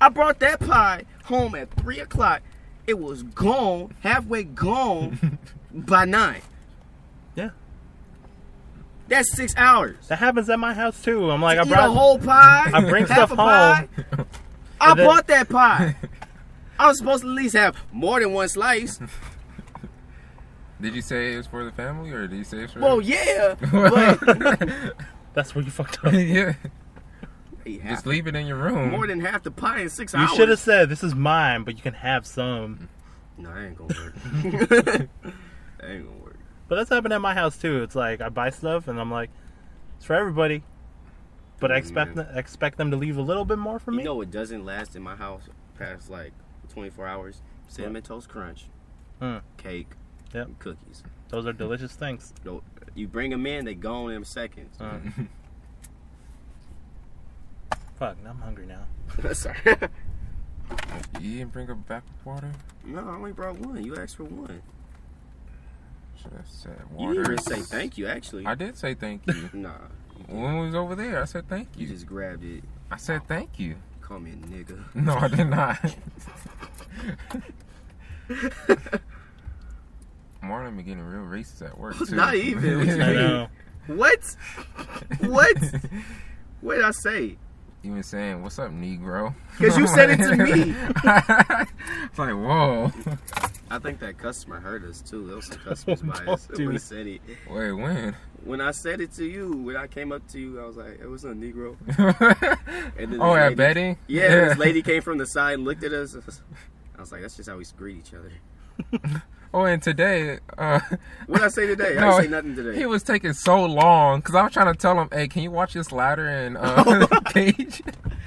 S3: I brought that pie home at three o'clock. It was gone, halfway gone by nine.
S4: Yeah.
S3: That's six hours.
S4: That happens at my house too. I'm like, I
S3: Eat
S4: brought
S3: a whole pie.
S4: I bring
S3: half
S4: stuff
S3: a pie. I
S4: and then-
S3: bought that pie. I was supposed to at least have more than one slice.
S2: did you say it was for the family, or did you say it's for?
S3: Well, yeah, but
S4: That's where you fucked up.
S2: yeah.
S3: Hey, half-
S2: Just leave it in your room.
S3: more than half the pie in six
S4: You
S3: hours.
S4: should have said, "This is mine, but you can have some."
S3: No, that ain't gonna work. that ain't gonna work.
S4: But that's happened at my house too. It's like I buy stuff and I'm like, it's for everybody, but I expect
S3: Man.
S4: them, expect them to leave a little bit more for me.
S3: You know it doesn't last in my house past like 24 hours? Cinnamon Toast Crunch,
S4: Mm.
S3: cake,
S4: Yep.
S3: and cookies.
S4: Those are delicious things.
S3: Yo, You bring them in, they gone in seconds.
S4: Uh,
S2: Mm-hmm.
S4: fuck, I'm hungry now.
S3: Sorry.
S2: you didn't bring a back of water.
S3: no, I only brought one. You asked for one.
S2: Should have said
S3: You
S2: water.
S3: didn't even say thank you, actually.
S2: I did say thank you.
S3: Nah,
S2: when we was over there, I said thank
S3: you
S2: you.
S3: just grabbed it.
S2: I said thank you.
S3: Call me a nigga.
S2: No, I did not. Marlon been getting real racist at work. Too.
S3: Not even. What you
S4: I
S3: mean?
S4: know.
S3: What? What? What did I say?
S2: you been saying, "What's up, Negro?"
S3: 'Cause you said it to me.
S2: it's like, whoa.
S3: I think that customer heard us too. There was some customers bias
S4: Don't do
S3: when I
S4: it.
S3: said it.
S2: Wait, when?
S3: When I said it to you, when I came up to you, I was like, "It was a Negro." And then
S2: oh,
S3: this lady-
S2: at Betty.
S3: Yeah, this lady came from the side and looked at us. I was like, "That's just how we greet each other."
S2: Oh, and today, uh,
S3: What did I say today? I
S2: No,
S3: didn't say nothing today.
S2: he was taking so long because I was trying to tell him, "Hey, can you watch this ladder and uh, cage?"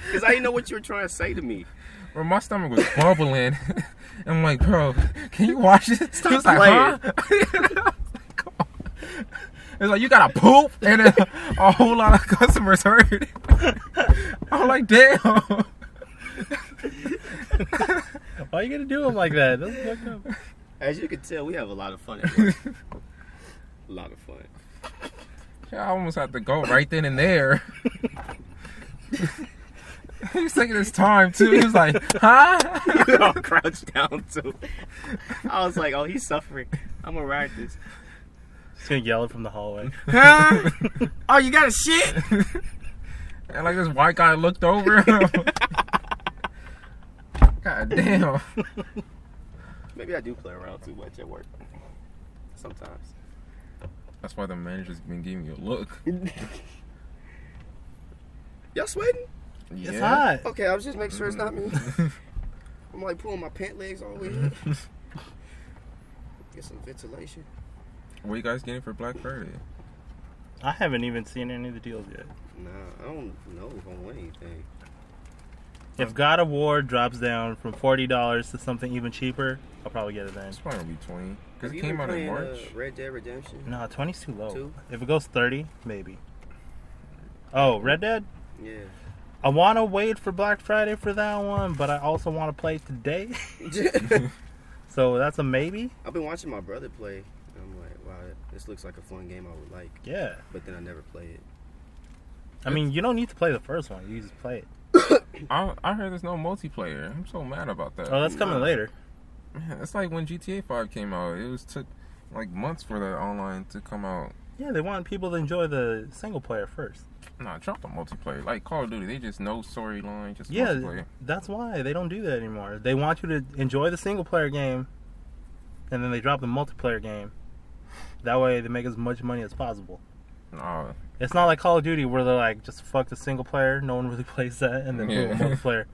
S3: Because I didn't know what you were trying to say to me.
S2: Bro, my stomach was bubbling. I'm like, bro, can you watch this? Stop was like,
S3: playing.
S2: huh? Come on. It's like you got to poop, and then a whole lot of customers heard. I'm like, damn.
S4: Why you gonna do him like that? That's fucked up.
S3: As you can tell, we have a lot of fun. At work. a lot of fun.
S2: I almost had to go right then and there. he was taking his time too. He was like, huh?
S3: We all crouched down too. I was like, "Oh, he's suffering. I'm gonna ride this."
S4: Just gonna yell it from the hallway.
S3: Huh? oh, you got a shit?
S2: And like this white guy looked over him. God damn.
S3: Maybe I do play around too much at work. Sometimes.
S2: That's why the manager's been giving you a look.
S3: Y'all sweating?
S4: It's hot.
S3: Okay, I was just making sure it's not me. I'm like pulling my pant legs all the way up. Get some ventilation.
S2: What are you guys getting for Black Friday?
S4: I haven't even seen any of the deals yet.
S3: Nah, I don't know if I want anything.
S4: If God of War drops down from forty dollars to something even cheaper, I'll probably get it then.
S2: It's probably gonna be twenty because
S3: Have
S2: it
S3: you
S2: came
S3: been
S2: out
S3: playing,
S2: in March.
S3: Uh, Red Dead Redemption.
S4: No, 20's too low.
S3: Two?
S4: If it goes thirty, maybe. Oh, Red Dead.
S3: Yeah.
S4: I want to wait for Black Friday for that one, but I also want to play today. So that's a maybe.
S3: I've been watching my brother play. and I'm like, wow, this looks like a fun game I would like,
S4: Yeah.
S3: but then I never play it.
S4: I mean, you don't need to play the first one. You just play it.
S3: uh,
S2: I, I heard there's no multiplayer. I'm so mad about that.
S4: Oh, that's coming later.
S2: Man, it's like when GTA Five came out. It was took like months for the online to come out.
S4: Yeah, they want people to enjoy the single player first.
S2: Nah, drop the multiplayer. Like Call of Duty, they just no storyline, just
S4: Yeah,
S2: multiplayer.
S4: that's why they don't do that anymore. They want you to enjoy the single player game, and then they drop the multiplayer game. That way, they make as much money as possible.
S2: Nah,
S4: It's not like Call of Duty where they're like, just fuck the single player. No one really plays that, and then
S2: Yeah.
S4: boom, multiplayer.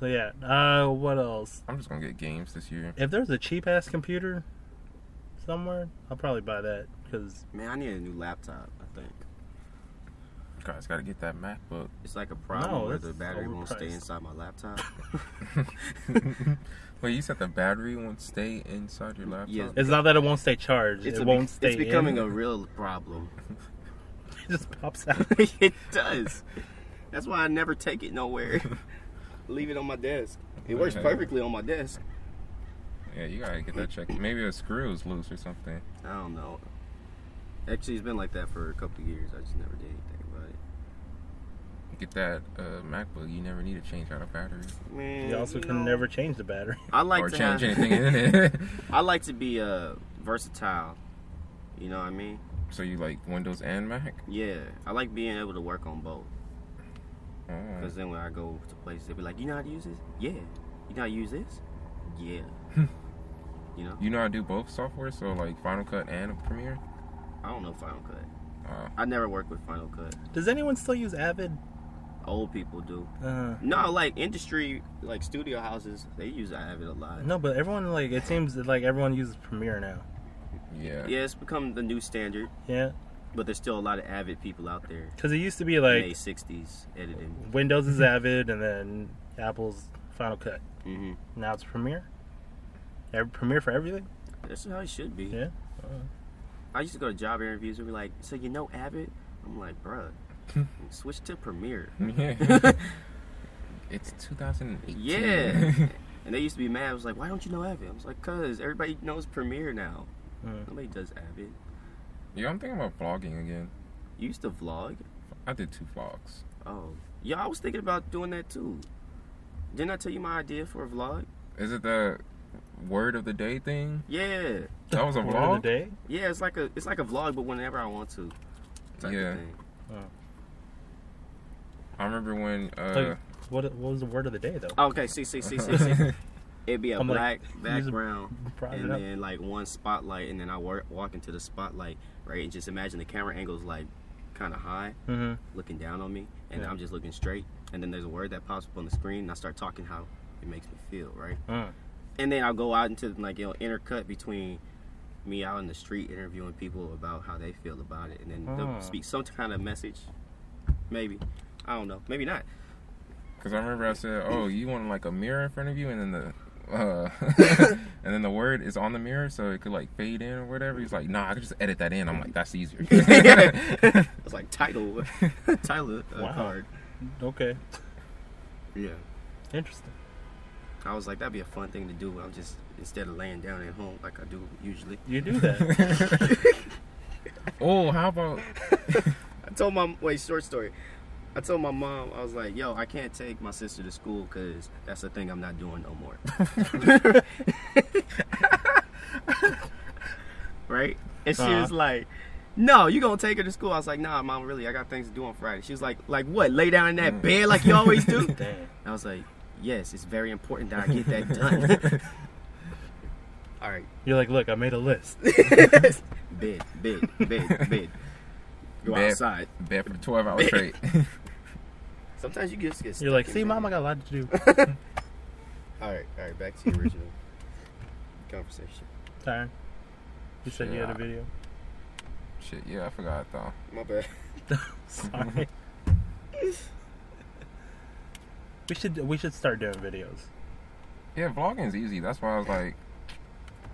S4: So yeah, uh, what else?
S2: I'm just gonna get games this year.
S4: If there's a cheap ass computer somewhere, I'll probably buy that because
S3: Man, I need a new laptop. I think
S2: You guys gotta get that MacBook.
S3: it's like a problem
S4: No,
S3: where
S4: that's
S3: the battery won't stay
S4: overpriced.
S3: inside my laptop.
S2: Wait, you said the battery won't stay inside your laptop?
S3: Yeah.
S4: it's not that it won't stay charged.
S3: It's
S4: it
S3: a
S4: won't
S3: bec-
S4: stay.
S3: It's becoming
S4: in.
S3: a real problem.
S4: It just pops out.
S3: it does. That's why I never take it nowhere. Leave it on my desk. It works
S2: Yeah.
S3: perfectly on my desk.
S2: Yeah, you gotta get that checked. Maybe a screw is loose or something.
S3: I don't know. Actually, it's been like that for a couple of years. I just never did anything about it.
S2: Get that uh, MacBook. You never need to change out a battery
S3: Man,
S4: You also can
S3: know,
S4: never change the battery.
S3: I like
S2: or
S3: to
S2: change
S3: have-
S2: anything in it.
S3: I like to be uh, versatile. You know what I mean?
S2: so you like Windows and Mac?
S3: Yeah, I like being able to work on both.
S2: Oh.
S3: Because then when I go to places, they'll be like, "You know how to use this? Yeah. You know how to use this? Yeah." you know?
S2: You know I do both software, so like Final Cut and Premiere.
S3: I don't know Final Cut.
S2: Uh,
S3: I never work with Final Cut.
S4: Does anyone still use Avid?
S3: Old people do.
S4: Uh,
S3: No, like industry, like studio houses, they use Avid a lot.
S4: no, but everyone like it seems that, like everyone uses Premiere now.
S2: yeah.
S3: Yeah, it's become the new standard,
S4: Yeah,
S3: but there's still a lot of Avid people out there.
S4: because it used to be
S3: in their
S4: like
S3: 60s editing.
S4: Windows is Avid and then Apple's Final Cut.
S3: Mm-hmm.
S4: Now it's Premiere. Every, Premiere for everything.
S3: That's how it should be.
S4: Yeah.
S3: I used to go to job interviews and be like, "So you know Avid?" I'm like, "Bruh, switch to Premiere."
S2: Yeah. it's 2018.
S3: Yeah. And they used to be mad. I was like, why don't you know Avid? I was like, cuz everybody knows Premiere now.
S4: Mm.
S3: Nobody does Avid.
S2: yeah, I'm thinking about vlogging again.
S3: You used to vlog?
S2: I did two vlogs.
S3: Oh. Yeah, I was thinking about doing that too. Didn't I tell you my idea for a vlog?
S2: Is it the word of the day thing?
S3: Yeah,
S2: That was a
S4: Word of the
S2: vlog.
S4: day.
S3: yeah. It's like a it's like a vlog, but whenever I want to. Type
S2: Yeah.
S3: Of thing.
S2: I remember when.
S4: So,
S2: Uh,
S4: what, what was the word of the day though?
S3: Okay. See. See. See. See. see. It'd be a
S4: I'm
S3: black
S4: like, use a-
S3: background.
S4: Prize it
S3: and
S4: up.
S3: then like one spotlight, and then I work, walk into the spotlight, right? And just imagine the camera angle's like kind of high,
S4: Mhm.
S3: looking down on me, and
S4: Yeah.
S3: I'm just looking straight. And then there's a word that pops up on the screen, and I start talking how it makes me feel, right?
S4: Mm.
S3: And then I'll go out into like you know intercut between me out in the street interviewing people about how they feel about it, and then
S4: Ah.
S3: they'll speak some kind of message, maybe. I don't know, maybe not.
S2: Cause I remember I said, "Oh, you want like a mirror in front of you, and then the, uh, and then the word is on the mirror, so it could like fade in or whatever." He's like, "Nah, I could just edit that in." I'm like, "That's easier."
S3: It's like title, title uh,
S4: Wow.
S3: card.
S4: Okay.
S3: Yeah.
S4: Interesting.
S3: I was like, that'd be a fun thing to do. I'm just instead of laying down at home like I do usually.
S4: You do that.
S2: oh, how about
S3: I told my wait, short story. I told my mom I was like, yo, I can't take my sister to school because that's the thing I'm not doing no more. right? And she was
S4: Uh-huh.
S3: like, no, you gonna take her to school? I was like, nah, mom, really, I got things to do on Friday. She was like, like what? Lay down in that bed like you always do?
S4: Dang.
S3: I was like, yes, it's very important that I get that done. All right.
S4: You're like, look, I made a list.
S3: bed, bed, bed, bed. Go
S2: Bed.
S3: outside.
S2: bed for twelve hours straight?
S3: Sometimes you just get.
S4: You're like,
S3: stuck in
S4: see,
S3: bed.
S4: mom, I got a lot to do.
S3: All right, all right. Back to the original conversation.
S4: Tyron, you said you had
S2: Yeah.
S4: a video.
S2: Shit, yeah, I forgot though.
S3: My bad.
S4: Sorry. we should we should start doing videos.
S2: Yeah, vlogging is easy. That's why I was like,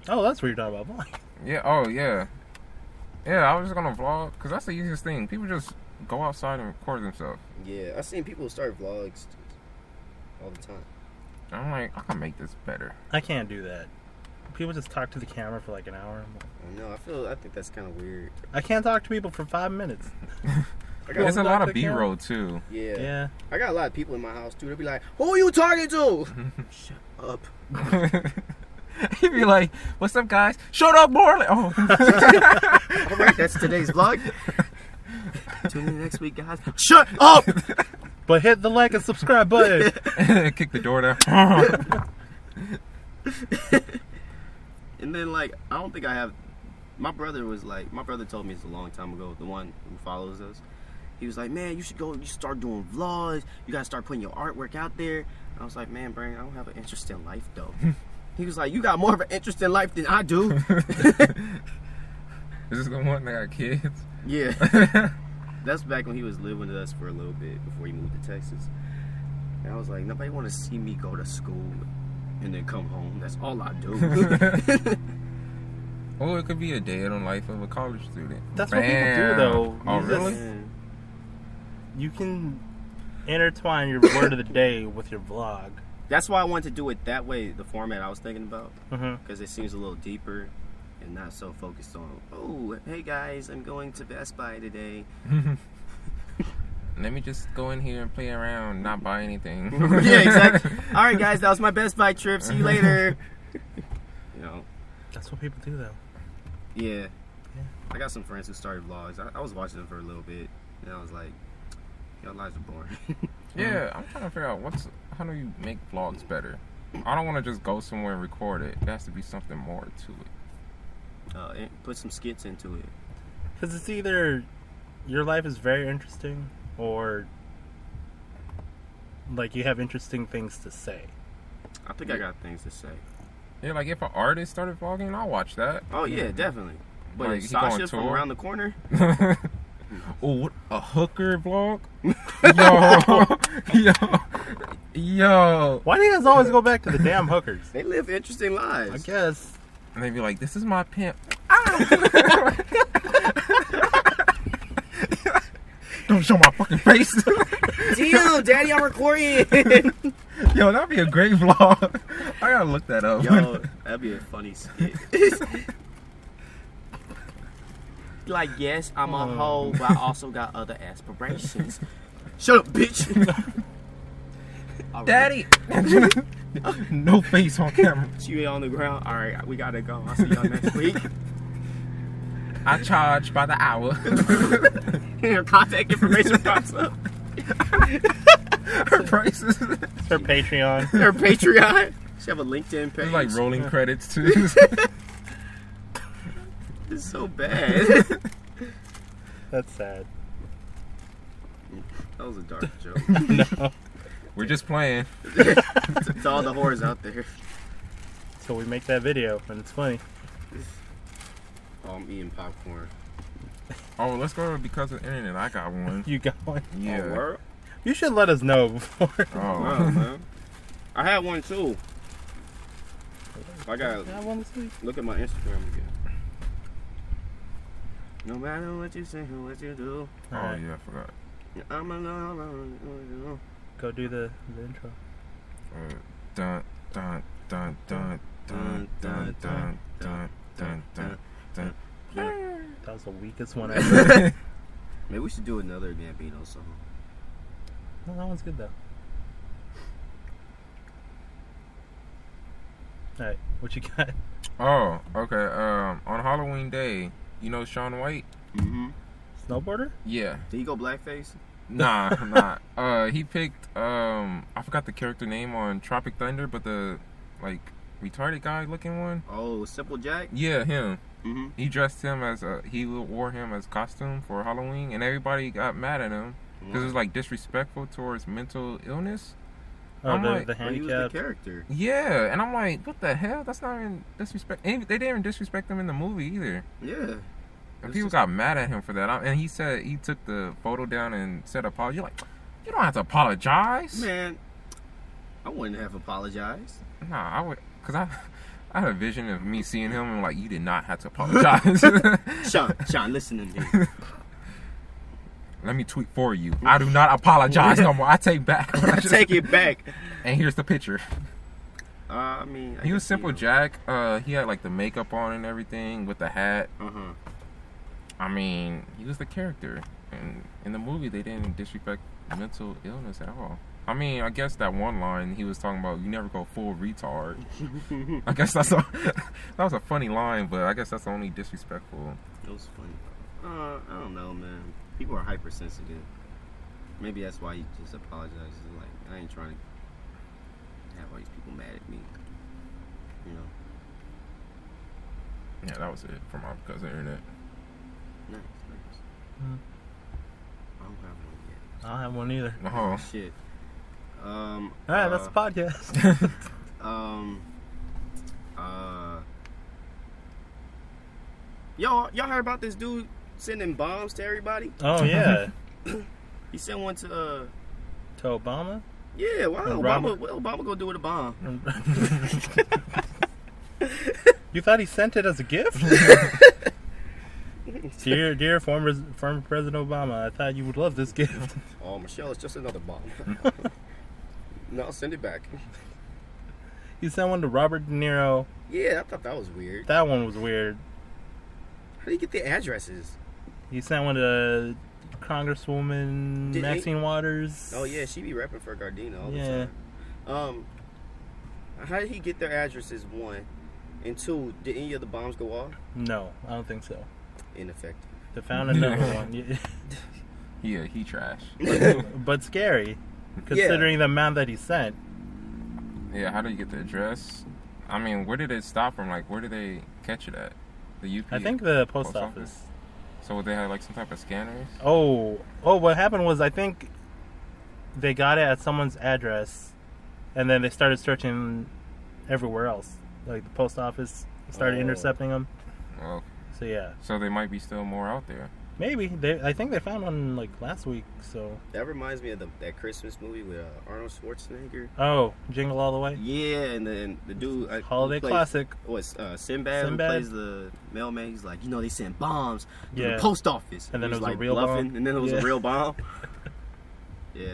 S4: Oh, that's what you're talking about.
S2: "Yeah, oh yeah, yeah." I was just gonna vlog because that's the easiest thing. People just go outside and record themselves.
S3: Yeah, I've seen people start vlogs all the time.
S2: And I'm like, I can make this better.
S4: I can't do that. People just talk to the camera for like an hour. I'm like,
S3: I know. I feel. I think that's kind of weird.
S4: I can't talk to people for five minutes.
S3: I got,
S2: It's a
S4: Vlog
S2: lot
S4: the
S2: of
S4: camera.
S2: B-roll too.
S3: yeah,
S4: Yeah.
S3: I got a lot of people in my house too. They'll be like, "Who are you talking to?" Shut up.
S2: He'd be like, "What's up, guys? Shut up, Marley!" Oh,
S3: All right, that's today's vlog. Tune in next week, guys. Shut up.
S4: But hit the like and subscribe button.
S2: kick the door down.
S3: And then like I don't think I have. My brother was like, my brother told me this a long time ago. The one who follows us, he was like, man, you should go. You start doing vlogs. You gotta start putting your artwork out there. I was like, man, Brian, I don't have an interest in life though. he was like, you got more of an interest in life than I do.
S2: Is this the one that got kids?
S3: yeah, that's back when he was living with us for a little bit before he moved to Texas. And I was like, nobody want to see me go to school and then come home. That's all I do.
S2: or it could be a day in the life of a college student.
S4: That's what people do,
S2: Bam.
S4: though.
S2: Oh,
S4: You
S2: really?
S4: just- You can intertwine your word of the day with your vlog.
S3: That's why I wanted to do it that way, the format I was thinking about,
S4: hmm
S3: because it seems a little deeper and not so focused on, oh, hey guys, I'm going to Best Buy today.
S2: Let me just go in here and play around, not buy anything.
S3: yeah, exactly. All right, guys, that was my Best Buy trip. See you later. you know,
S4: That's what people do, though.
S3: yeah. I got some friends who started vlogs. I, I was watching them for a little bit, and I was like, y'all lives are boring.
S2: Yeah, I'm trying to figure out what's how do you make vlogs better. I don't want to just go somewhere and record it. There has to be something more to it.
S3: uh, and put some skits into it.
S4: Because it's either your life is very interesting or like you have interesting things to say.
S3: I think I got things to say.
S2: Yeah, like if an artist started vlogging, I'll watch that.
S3: Oh, yeah, definitely. But
S2: Like,
S3: is
S2: he go on
S3: Sasha from
S2: tour?
S3: around the corner?
S2: oh, what a hooker vlog? Yo, yo, yo.
S4: Why do you guys always go back to the damn hookers?
S3: They live interesting
S4: I
S3: lives.
S4: guess.
S2: And they be like, "This is my pimp." Ah. Don't show my fucking face.
S3: Damn, Daddy, I'm recording.
S2: Yo, that'd be a great vlog. I gotta look that up.
S3: Yo, that'd be a funny skit. like, yes, I'm a
S2: Oh.
S3: hoe, but I also got other aspirations. Shut up, bitch. All right.
S2: Daddy. no face on camera.
S3: She lay on the ground. All right, we gotta go. I'll see y'all next week.
S2: I charge by the hour.
S3: Her contact information pops up.
S2: Her prices.
S4: It's her Patreon.
S3: Her Patreon. She have a LinkedIn page.
S2: It's like rolling credits too.
S3: It's so bad. that
S4: That's sad.
S3: was a dark joke.
S4: No.
S2: We're just playing.
S3: to all the whores out there.
S4: So we make that video, and it's funny.
S3: Oh, I'm eating popcorn.
S2: Oh, let's go to because of the internet. I got one.
S4: You got one.
S3: Oh,
S2: Yeah.
S3: word?
S4: You should let us know before.
S3: Wow,
S2: Oh.
S3: man. I had one too. I gotta
S4: I want to see.
S3: look at my Instagram again. No matter what you say or what you do,
S2: Oh
S4: All right,
S2: yeah, I forgot.
S3: I'm alone.
S4: go do the, the intro.
S2: Uh, dun dun dun dun dun dun dun dun dun dun.
S4: That was the weakest one ever.
S3: Maybe we should do another Gambino song.
S4: no, that one's good though. All right, what you got?
S2: Oh, okay. Um, on Halloween Day, you know Sean White?
S3: Mm-hmm.
S4: Snowboarder?
S2: Yeah.
S3: Did he go blackface?
S2: Nah, nah. Uh, he picked um, I forgot the character name on Tropic Thunder, but the like retarded guy looking one.
S3: Oh, Simple Jack?
S2: Yeah, him.
S3: Mm-hmm.
S2: He dressed him as a he wore him as costume for Halloween, and everybody got mad at him because it was like disrespectful towards mental illness.
S4: Oh,
S2: I'm
S4: the,
S2: like-
S4: the
S3: he was the
S4: handicap.
S3: character.
S2: Yeah, and I'm like, what the hell? That's not even disrespect. and They didn't even disrespect him in the movie either.
S3: Yeah.
S2: And
S3: It's
S2: people
S3: just-
S2: got mad at him for that. I- And he said he took the photo down and said apology. You're like, you don't have to apologize.
S3: Man, I wouldn't have apologized.
S2: Nah, I would, cause I, I had a vision of me seeing him and like, you did not have to apologize.
S3: Sean, Sean, listen to me.
S2: Let me tweet for you. I do not apologize no more. I take back. what I just-
S3: Take it back.
S2: And here's the picture.
S3: Uh, I mean, I
S2: He was
S3: guess,
S2: simple
S3: you know.
S2: Jack. Uh, he had like the makeup on and everything with the hat.
S3: Uh-huh.
S2: I mean, he was the character, and in the movie they didn't disrespect mental illness at all. I mean, I guess that one line he was talking about, "You never go full retard." I guess that's a that was a funny line, but I guess that's the only disrespectful.
S3: It was funny. Uh, I don't know, man. People are hypersensitive. Maybe that's why he just apologizes. Like, I ain't trying to have all these people mad at me. You know,
S2: Yeah, that was it from my cousin internet.
S3: nice, nice.
S4: Hmm.
S3: I don't have one yet.
S4: I don't have one either.
S2: Oh,
S3: Shit. Um.
S4: All right,
S3: uh,
S4: that's the podcast.
S3: Um. Uh. Y'all, y'all heard about this dude sending bombs to everybody?
S4: oh yeah,
S3: He sent one to uh.
S4: to Obama.
S3: Yeah, why
S4: And
S3: Obama?
S4: Robert-
S3: What Obama gonna do with a bomb?
S4: you thought he sent it as a gift? dear, dear former former President Obama, I thought you would love this gift.
S3: Oh, Michelle, it's just another bomb. no, send it back.
S4: You sent one to Robert De Niro.
S3: Yeah, I thought that was weird.
S4: That one was weird.
S3: How do you get the addresses?
S4: You sent one to Congresswoman
S3: Did he-
S4: Maxine Waters.
S3: Oh yeah, she be rapping for Gardena all the
S4: Yeah.
S3: time. Um, how did he get their addresses? One, and two, did any of the bombs go off?
S4: No, I don't think so.
S3: Ineffective.
S4: They found another one, Yeah.
S2: yeah, he trash.
S4: but scary, considering the amount that he sent.
S2: Yeah, how do you get the address? I mean, where did it stop from? Like, where did they catch it at? The UP.
S4: I think the post
S2: Post office.
S4: office.
S2: So they had like some type of scanners.
S4: Oh, oh! What happened was I think they got it at someone's address, and then they started searching everywhere else, like the post office. Started
S3: Oh.
S4: intercepting them.
S2: Well,
S4: So yeah,
S2: Oh, so they might be still more out there.
S4: maybe they. I think they found one like last week. So
S3: That reminds me of the, that Christmas movie with uh, Arnold Schwarzenegger.
S4: oh, jingle all the way.
S3: Yeah, and then the dude uh,
S4: Holiday
S3: who plays-
S4: classic.
S3: Was uh, Sinbad,
S4: Sinbad?
S3: who plays the mailman? He's like, you know, they sent bombs to
S4: Yeah.
S3: the post office,
S4: And then
S3: He
S4: it was a
S3: like
S4: real
S3: bluffing,
S4: bomb.
S3: and then it was
S4: Yeah.
S3: a real bomb. yeah,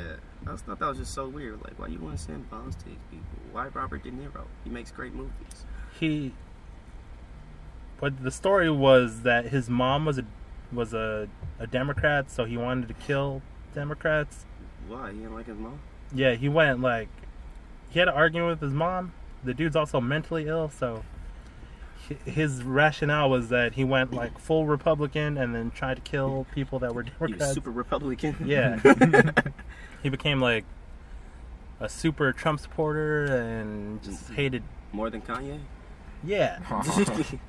S3: I just thought that was just so weird. Like, why you want to send bombs to these people? Why Robert De Niro? He makes great movies.
S4: He. But the story was that his mom was a was a, a Democrat, so he wanted to kill Democrats.
S3: Why he didn't like his mom?
S4: Yeah, he went like he had an argument with his mom. The dude's also mentally ill, so hi- his rationale was that he went like full Republican and then tried to kill people that were
S3: He was
S4: Democrats.
S3: super Republican.
S4: yeah, he became like a super Trump supporter and just hated.
S3: More than Kanye.
S4: Yeah, Uh-huh.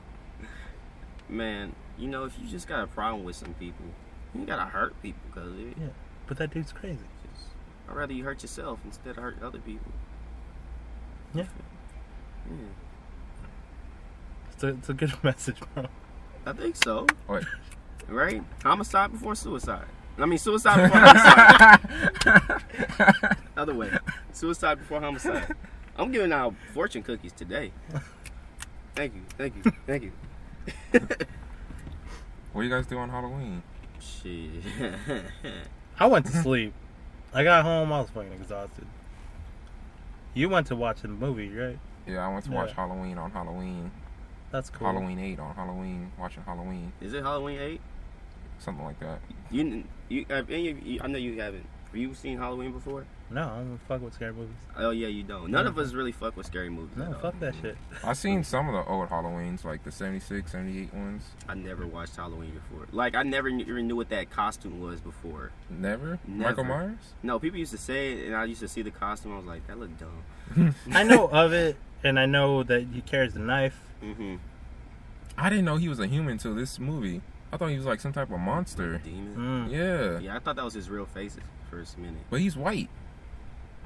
S3: Man, you know, if you just got a problem with some people, you gotta hurt people because it,
S4: Yeah. but that dude's crazy.
S3: just, I'd rather you hurt yourself instead of hurt other people.
S4: Yeah.
S3: Yeah.
S4: It's a, it's a good message, bro.
S3: I think so.
S2: Wait.
S3: Right? Homicide before suicide. I mean, suicide before homicide. Other way. Suicide before homicide. I'm giving out fortune cookies today. Thank you, thank you, thank you.
S2: what you guys do on Halloween?
S3: Shit.
S4: I went to sleep. I got home. I was fucking exhausted. You went to watch the movie, right?
S2: Yeah, I went to watch
S4: Yeah.
S2: Halloween on Halloween.
S4: That's cool.
S2: Halloween 8 on Halloween. Watching Halloween.
S3: Is it Halloween 8?
S2: Something like that.
S3: You, you, have any of you, I know you haven't. Have you seen Halloween before?
S4: No, I don't fuck with scary movies.
S3: Oh, yeah, you don't. None of us really fuck with scary movies.
S4: No,
S3: at all.
S4: fuck that shit.
S2: i seen some of the old Halloweens, like the 76, 78 ones.
S3: I never watched Halloween before. Like, I never knew, even knew what that costume was before.
S2: Never? Michael
S3: Never.
S2: Myers?
S3: No, people used to say it, and I used to see the costume. I was like, that looked dumb.
S4: I know of it, and I know that he carries the knife.
S3: Mm-hmm.
S2: I didn't know he was a human till this movie. I thought he was like some type of monster.
S3: Demon.
S4: Mm.
S2: Yeah.
S3: Yeah, I thought that was his real face at first minute.
S2: But he's white.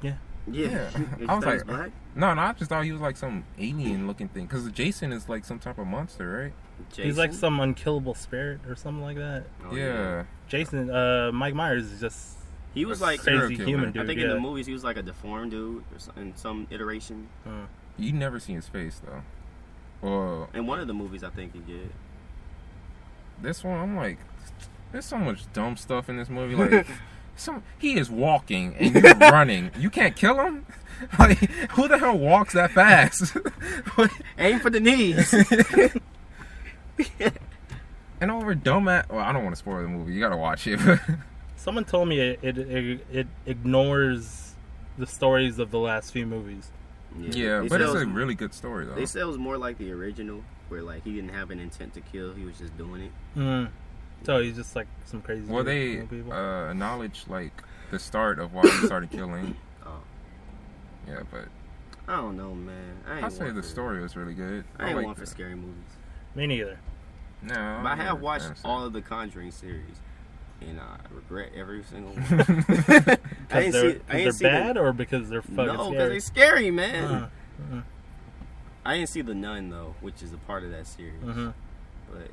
S3: Yeah,
S2: Yeah. I was
S3: His face
S2: like-
S3: black.
S2: No, no, I just thought he was like some alien looking thing. Because Jason is like some type of monster, right?
S4: He's like
S3: Jason?
S4: some unkillable spirit or something like that.
S3: Oh,
S2: yeah.
S4: Jason, uh, Mike Myers is just
S3: he was like.
S2: Serial
S4: crazy
S2: killer.
S4: human dude.
S3: I think
S4: yeah.
S3: in the movies he was like a deformed dude or some, in some iteration.
S2: You never seen his face, though. Well,
S3: In one of the movies, I think he did.
S2: this one, I'm like, there's so much dumb stuff in this movie. Like, some he is walking and you're running. You can't kill him. Like, who the hell walks that fast?
S3: Aim for the knees.
S2: and over dumb at. Well, I don't want to spoil the movie. You gotta watch it.
S4: Someone told me it it, it it ignores the stories of the last few movies.
S2: yeah,
S3: They
S2: but
S3: said it
S2: it's
S3: was-
S2: a really good story though.
S3: They said it was more like the original, where like he didn't have an intent to kill. He was just doing it.
S4: Mm. So he's just like some crazy.
S2: Well,
S4: dude,
S2: they
S4: you know, people.
S2: uh, acknowledge like the start of why he started killing.
S3: Oh.
S2: Yeah, but
S3: I don't know, man. I ain't
S2: I say
S3: one
S2: the
S3: for-
S2: story was really good.
S3: I ain't
S2: like
S3: one for
S2: the-
S3: scary movies.
S4: me neither.
S2: No,
S3: But I have watched all of the Conjuring series, and I regret every single one. I ain't
S4: Because
S3: see. I
S4: they're, 'cause
S3: ain't see
S4: they're bad
S3: the-
S4: or because they're fucking
S3: no, because
S4: scary.
S3: they're scary, man.
S4: Uh,
S3: I didn't see the nun though, which is a part of that series.
S4: Mhm.
S3: But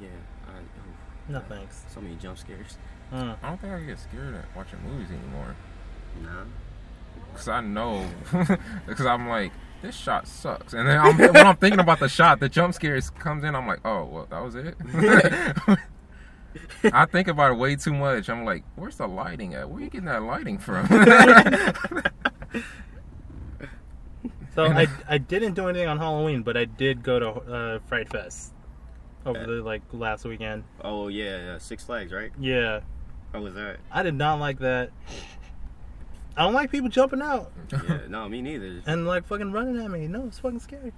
S3: yeah, I, oh,
S4: no thanks.
S3: so many jump scares.
S4: Uh,
S2: I don't think I get scared at watching movies anymore.
S3: Nah.
S2: Cause I know, because I'm like, this shot sucks, and then I'm, when I'm thinking about the shot, the jump scare is- comes in. I'm like, oh, well, that was it. I think about it way too much. I'm like, where's the lighting at? Where you getting that lighting from?
S4: so I, I didn't do anything on Halloween, but I did go to uh, Fright Fest over the like last weekend.
S3: Oh yeah, uh, Six Flags, right?
S4: Yeah,
S3: How was that?
S4: I did not like that. I don't like people jumping out
S3: Yeah, no, me neither.
S4: and like fucking running at me. No, it's fucking scary.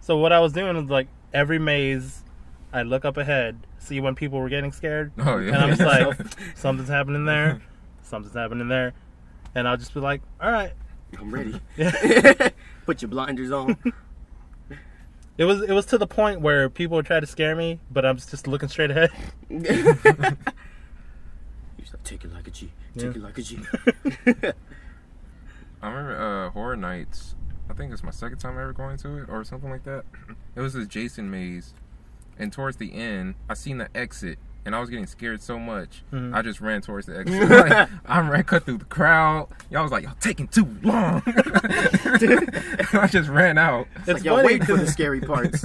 S4: So what I was doing was like every maze, I look up ahead, see when people were getting scared,
S2: oh yeah.
S4: and I'm just like, something's happening there, something's happening there, and I'll just be like, all right.
S3: I'm ready.
S4: Yeah.
S3: Put your blinders on.
S4: It was it was to the point where people would try to scare me, but I'm just looking straight ahead.
S3: He's like, take it like a G. Take
S4: Yeah.
S3: it like a G.
S2: I remember uh, Horror Nights. I think it's my second time ever going to it or something like that. It was this Jason maze, and towards the end, I seen the exit, and I was getting scared so much,
S3: Mm-hmm.
S4: Mhm.
S2: I just ran towards the exit. Like, I ran cut through the crowd. Y'all was like, "Y'all taking too long." I just ran out.
S4: It's
S3: Like, y'all
S4: funny
S3: wait for
S4: 'cause
S3: the scary parts.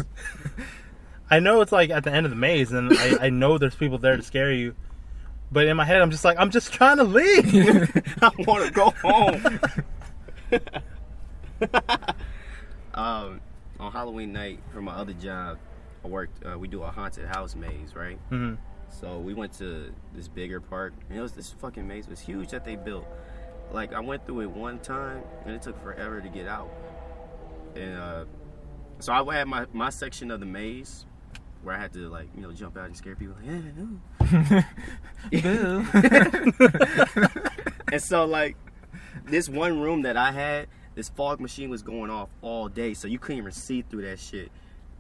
S4: I know it's like at the end of the maze, and I, I know there's people there to scare you, but in my head I'm just like I'm just trying to leave.
S3: I want to go home. um, on Halloween night for my other job, I worked. Uh, we do a haunted house maze, right?
S4: hmm
S3: So we went to this bigger park, and it was this fucking maze was huge that they built, Like I went through it one time, and it took forever to get out. And uh, so I had my my section of the maze where I had to like you know jump out and scare people. Like, yeah, ooh.
S2: Boo.
S3: and so like this one room that I had, this fog machine was going off all day, so you couldn't even see through that shit.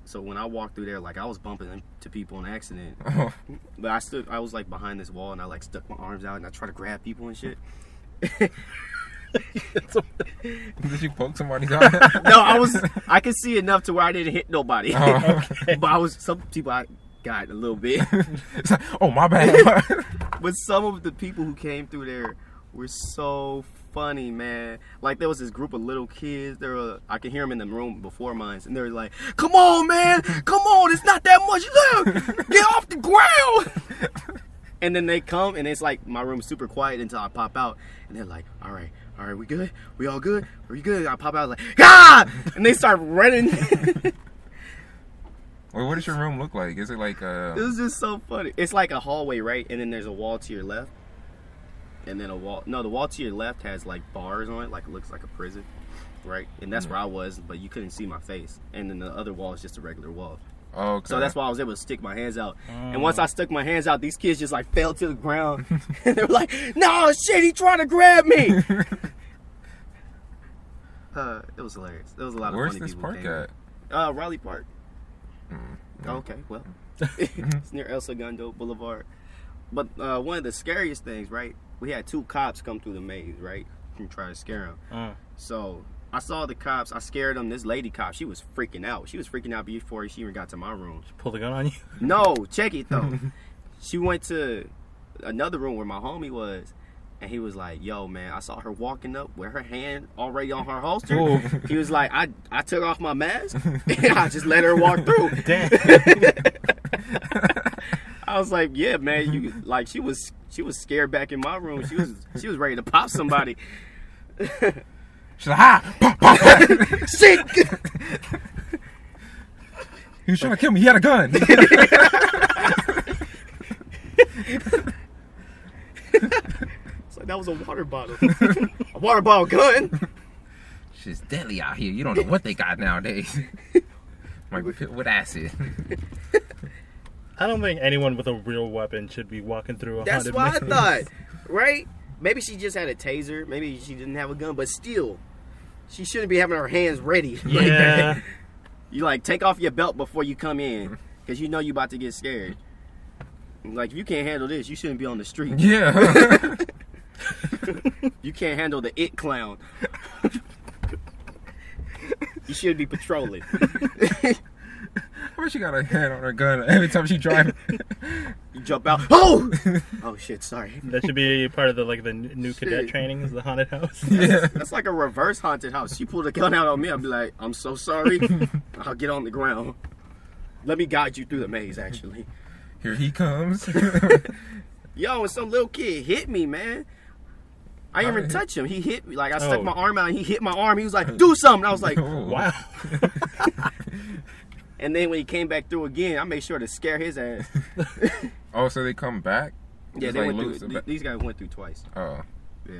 S3: So when I walked through there, like I was bumping into people on accident.
S2: oh,
S3: But I stood, I was like behind this wall, and I like stuck my arms out, and I tried to grab people and shit.
S2: did you poke somebody's eye?
S3: No, I was, I could see enough to where I didn't hit nobody.
S2: Oh,
S3: but I was some people I got a little bit,
S2: It's like, oh my bad.
S3: but some of the people who came through there were so funny, man. Like there was this group of little kids. There were, I could hear them in the room before mine, and they were like, "Come on, man, come on, it's not that much left. Get off the ground." And then they come and it's like my room's super quiet until I pop out and they're like, all right, all right, we good? We all good? Are you good? I pop out like, ah! And they start running. it
S2: Wait, what does your room look like? Is it like uh?
S3: was just so funny. It's like a hallway, right? And then there's a wall to your left. And then a wall. No, the wall to your left has like bars on it, like it looks like a prison, right? And
S2: Mm-hmm.
S3: that's where I was, but you couldn't see my face. And then the other wall is just a regular wall.
S2: Oh, okay.
S3: So that's why I was able to stick my hands out. And
S2: Mm.
S3: once I stuck my hands out, these kids just like fell to the ground. and they were like, "No shit, he trying to grab me." uh, it was hilarious. There was a lot
S2: Where's
S3: of funny
S2: this
S3: people
S2: park
S3: who came.
S2: at?
S3: Uh, Raleigh Park. Okay, well, it's near El Segundo Boulevard. But uh, one of the scariest things, right? We had two cops come through the maze, right? And try to scare them.
S4: Mm.
S3: So I saw the cops. I scared them. This lady cop, she was freaking out. She was freaking out before she even got to my room.
S4: Pull the gun on you.
S3: No, check it though. she went to another room where my homie was, and he was like, "Yo, man, I saw her walking up with her hand already on her holster."
S4: Ooh.
S3: He was like, "I I took off my mask and I just let her walk through."
S4: Damn.
S3: I was like, "Yeah, man, you like she was she was scared back in my room. She was she was ready to pop somebody."
S2: She's like, ah, pop, pop, pop.
S3: Shit.
S2: He was trying to kill me. He had a gun.
S3: It's like that was a water bottle. a water bottle gun.
S2: She's deadly out here. You don't know what they got nowadays. Might be filled with acid.
S4: I don't think anyone with a real weapon should be walking through a
S3: That's
S4: haunted
S3: what I
S4: maze.
S3: thought, right? Maybe she just had a taser. Maybe she didn't have a gun, but still, she shouldn't be having her hands ready. Like,
S4: Yeah.
S3: you like take off your belt before you come in, because you know you about to get scared. Like if you can't handle this, you shouldn't be on the street.
S2: Yeah.
S3: You can't handle the it clown. you should be patrolling.
S2: I bet she got a hand on her gun every time she drives.
S3: You jump out. Oh, oh shit! Sorry.
S4: that should be part of the like the n- new cadet
S3: Shit.
S4: training is the haunted house.
S2: yeah.
S3: That's like a reverse haunted house. She pulled a gun out on me. I'd be like, I'm so sorry. I'll get on the ground. Let me guide you through the maze, actually.
S2: Here he comes.
S3: Yo, and some little kid hit me, man. I didn't even
S2: Alright.
S3: touch him. He hit me. Like, I stuck
S4: Oh.
S3: my arm out and he hit my arm. He was like, do something. I was like,
S2: Oh.
S4: Wow.
S3: and then when he came back through again, I made sure to scare his ass.
S2: Oh, so they come back?
S3: Yeah,
S2: Just,
S3: they
S2: like,
S3: went
S2: lose the
S3: through.
S2: ba-
S3: th- These guys went through twice.
S2: Oh.
S3: Yeah.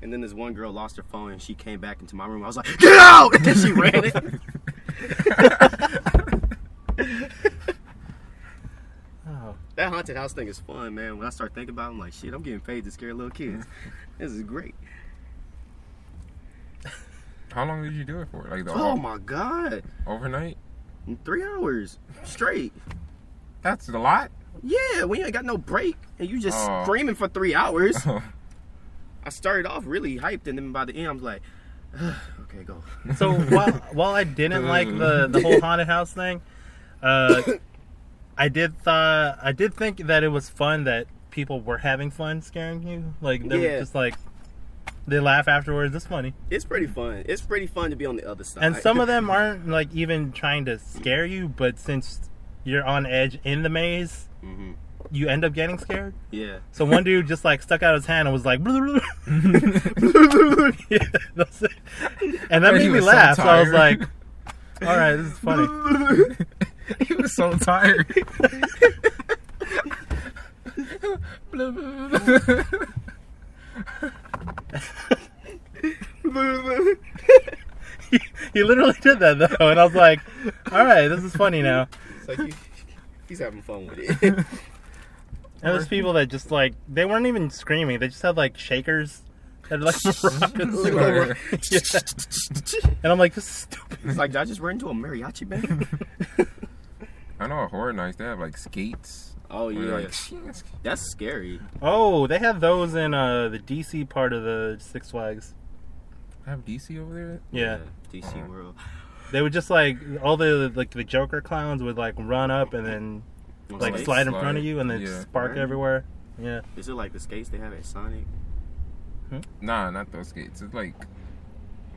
S3: And then this one girl lost her phone and she came back into my room. I was like, get out! And then she ran it.
S4: Oh.
S3: That haunted house thing is fun, man. When I start thinking about it, I'm like, shit, I'm getting paid to scare little kids. this is great.
S2: How long did you do it for? Like the
S3: Oh my god.
S2: overnight?
S3: Three hours straight.
S2: That's a lot.
S3: Yeah, when you ain't got no break and you just
S2: Oh.
S3: screaming for three hours.
S2: Oh.
S3: I started off really hyped and then by the end I'm like, okay, go.
S4: So while while I didn't like the, the
S2: Mm.
S4: whole haunted house thing, uh, I did thought I did think that it was fun that people were having fun scaring you. Like they
S3: Yeah.
S4: were just like they laugh afterwards. It's funny,
S3: It's pretty fun. It's pretty fun to be on the other side.
S4: and some of them aren't like even trying to scare you, but since you're on edge in the maze,
S2: Mm-hmm.
S3: Mhm.
S4: you end up getting scared.
S3: Yeah.
S4: So one dude just like stuck out his hand and was like, yeah, that's it. and that
S2: And he
S4: made me
S2: was so
S4: laugh. So, I was
S2: tired.
S4: like, all right, this is funny.
S2: he was so tired.
S3: it's
S4: he, he literally did that though, and I was like, "All right, this is funny now."
S3: like he, he's having fun with it.
S4: And there's people that just like they weren't even screaming; they just had like shakers. that like maracas.
S3: Look over.
S4: Yeah. And I'm like, "This is stupid."
S3: It's like, did I just run into a mariachi band?
S2: I know at horror nights they have like skates.
S3: oh
S2: where
S3: yeah,
S2: they're like,
S3: that's scary.
S4: Oh, they had those in uh, the DC part of the Six Flags.
S2: I have DC over there.
S4: Yeah.
S3: DC World.
S4: they would just like all the like the Joker clowns would like run up and then like
S3: Skates?
S4: slide in front of
S2: Slide,
S4: you and then
S2: yeah.
S4: spark
S3: Right.
S4: everywhere. Yeah,
S3: Is it like the skates they have at Sonic?
S2: Nah, not those skates. It's like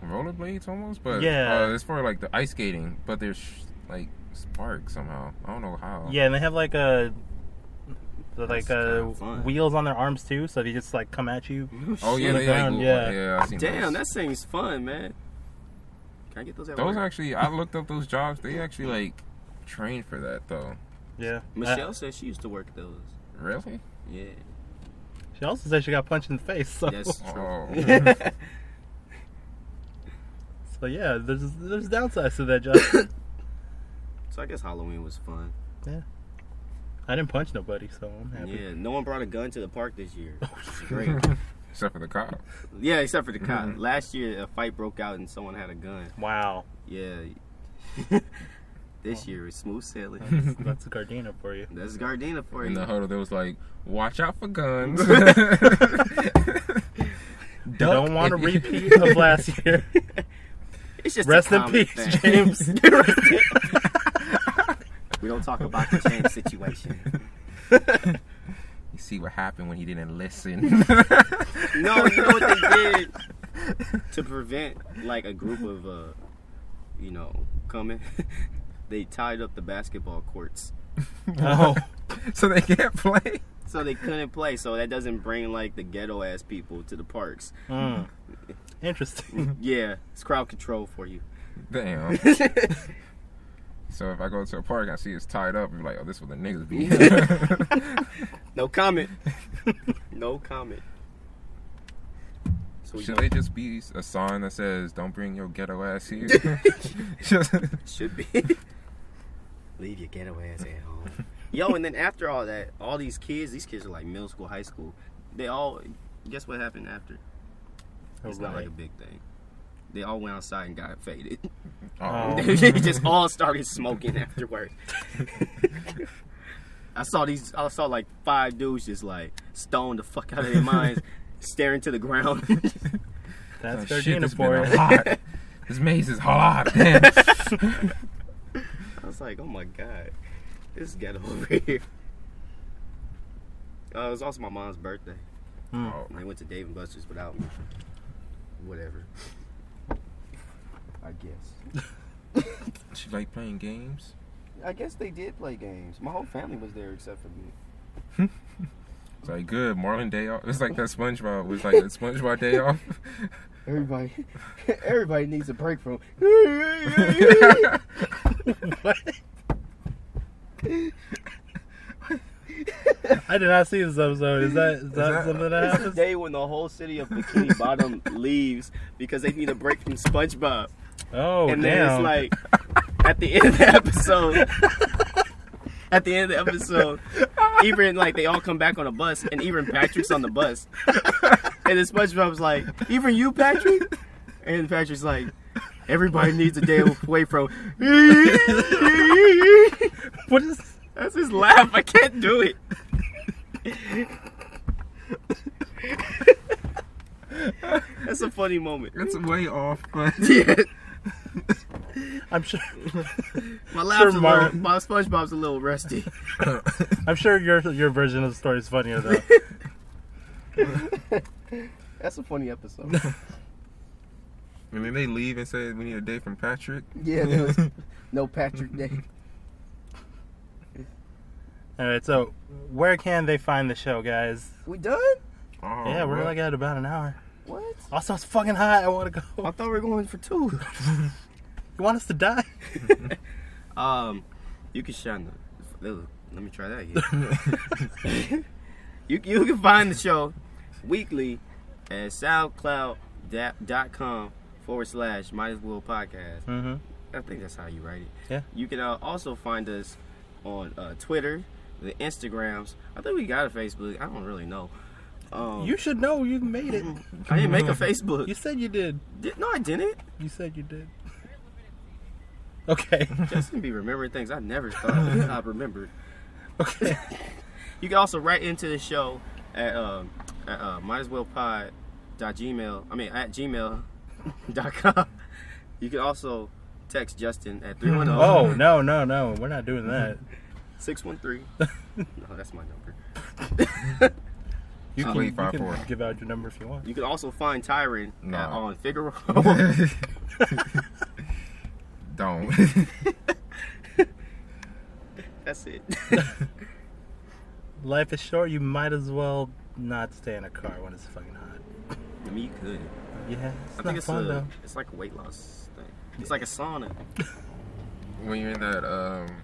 S2: rollerblades almost, but
S4: Yeah.
S2: uh, it's for like the ice skating. But there's sh- like sparks somehow. I don't know how.
S4: yeah, and they have like a the, like
S3: That's
S4: uh,
S3: kinda fun.
S4: wheels on their arms too, so they just like come at you.
S2: Oh yeah,
S4: On the
S2: they
S4: ground,
S2: like,
S4: yeah.
S2: yeah. yeah I seen
S3: Damn,
S2: those.
S3: that seems fun, man. Can I get those at
S2: those
S3: work?
S2: actually. I looked up those jobs. They actually like trained for that though.
S4: Yeah,
S3: Michelle
S4: Uh,
S3: said she used to work those.
S2: Really?
S3: Yeah,
S4: she also said she got punched in the face. So,
S3: that's true.
S2: Oh.
S4: so yeah, there's there's downsides to that job.
S3: so I guess Halloween was fun.
S4: I didn't punch nobody, so I'm happy.
S3: Yeah, no one brought a gun to the park this year. Which is great.
S2: Except for the cop.
S3: yeah, except for the cop.
S2: Mhm.
S3: Last year, a fight broke out and someone had a gun.
S4: Wow,
S3: Yeah.
S2: Oh.
S3: this year is smooth sailing.
S4: that's, that's a Gardena for you.
S3: That's Gardena for
S2: In
S3: you.
S2: the huddle, there was like, "Watch out for guns."
S4: Don't want a repeat of last year.
S3: It's just a
S4: Rest in
S3: common
S4: peace,
S3: thing.
S4: James.
S3: We don't talk about the James situation.
S2: You see what happened when he didn't listen.
S3: No, you know what they did to prevent like a group of uh you know coming. they tied up the basketball courts
S4: oh,
S2: so they can't play.
S3: so they couldn't play. So that doesn't bring like the ghetto ass people to the parks.
S4: mm. interesting.
S3: Yeah, it's crowd control for you.
S2: Damn. So if I go to a park and I see it's tied up, I'm like, oh, this is what the niggas be.
S3: no comment. No comment. So we
S2: Should
S3: don't-
S2: they just be a sign that says, don't bring your ghetto ass here? Just-
S3: Should be. Leave your ghetto ass at home. Yo, and then after all that, all these kids, these kids are like middle school, high school. They all, guess what happened after?
S4: Oh,
S3: It's not like a big thing. They all went outside and got faded.
S2: Oh.
S3: they just all started smoking afterwards. I saw these. I saw like five dudes just like stoned the fuck out of their minds, staring to the ground.
S4: That's
S2: Oh,
S4: their
S2: shit, this
S4: for
S2: been hot. This maze is hot. Damn.
S3: I was like, oh my god, this ghetto over here. Uh, it was also my mom's birthday.
S2: Oh,
S3: And They went to Dave and Buster's without me. Whatever. I guess.
S2: she like playing games.
S3: I guess they did play games. My whole family was there except for me.
S2: It's like good Marlin day off. It's like that SpongeBob. It was like that SpongeBob day off.
S3: Everybody, everybody needs a break from.
S4: what? I did not see this episode. Is that is that,
S2: that-
S4: something that
S3: It's the
S4: happens?
S3: day when the whole city of Bikini Bottom leaves because they need a break from SpongeBob.
S4: Oh
S3: and then
S4: damn!
S3: it's like at the end of the episode at the end of the episode even like they all come back on a bus and even patrick's on the bus and then spongebob's like even you patrick and patrick's like everybody needs a day away from
S4: what is?
S3: that's his laugh i can't do it that's a funny moment
S2: It's way off, but
S3: yeah.
S4: I'm sure.
S3: my laugh's a little,
S4: Martin.
S3: my spongebob's a little rusty
S4: I'm sure your your version of the story is funnier though.
S3: That's a funny episode.
S2: and then they leave and say we need a day from Patrick.
S3: yeah, there was no Patrick Day.
S4: All right, so where can they find the show, guys?
S3: We done?
S2: Oh,
S4: yeah, we're
S2: what?
S4: like at about an hour.
S3: What?
S4: Also, it's fucking hot. I want to go.
S3: I thought we were going for two.
S4: You want us to die?
S3: Um, you can shine the. Ooh, Let me try that again. you you can find the show weekly at soundcloud.com forward slash might as well podcast.
S4: Mm-hmm.
S3: I think that's how you write it.
S4: Yeah.
S3: You can uh, also find us on uh, Twitter, the Instagrams. I think we got a Facebook. I don't really know. Um,
S4: You should know you made it.
S3: I didn't make a Facebook.
S4: You said you did.
S3: Did- no, I didn't.
S4: You said you did. Okay.
S3: Justin be remembering things I never thought I remembered.
S4: Okay.
S3: You can also write into the show at, um, at uh, might as well pod dot gmail. I mean at gmail dot com. You can also text Justin at 310
S4: Oh no no no! We're not doing that.
S3: 613. No, that's my number.
S4: You
S2: Uh,
S4: can,
S2: wait,
S4: you
S2: five,
S4: can
S2: four.
S4: give out your number if you want.
S3: You can also find Tyron
S2: No.
S3: at, on Figaro.
S2: Don't.
S3: that's it.
S4: Life is short. You might as well not stay in a car when it's fucking hot.
S3: I mean, you could.
S4: Yeah, it's
S3: I
S4: not
S3: think it's
S4: fun though.
S3: a, it's like a weight loss thing. It's like a sauna.
S2: when you're in that um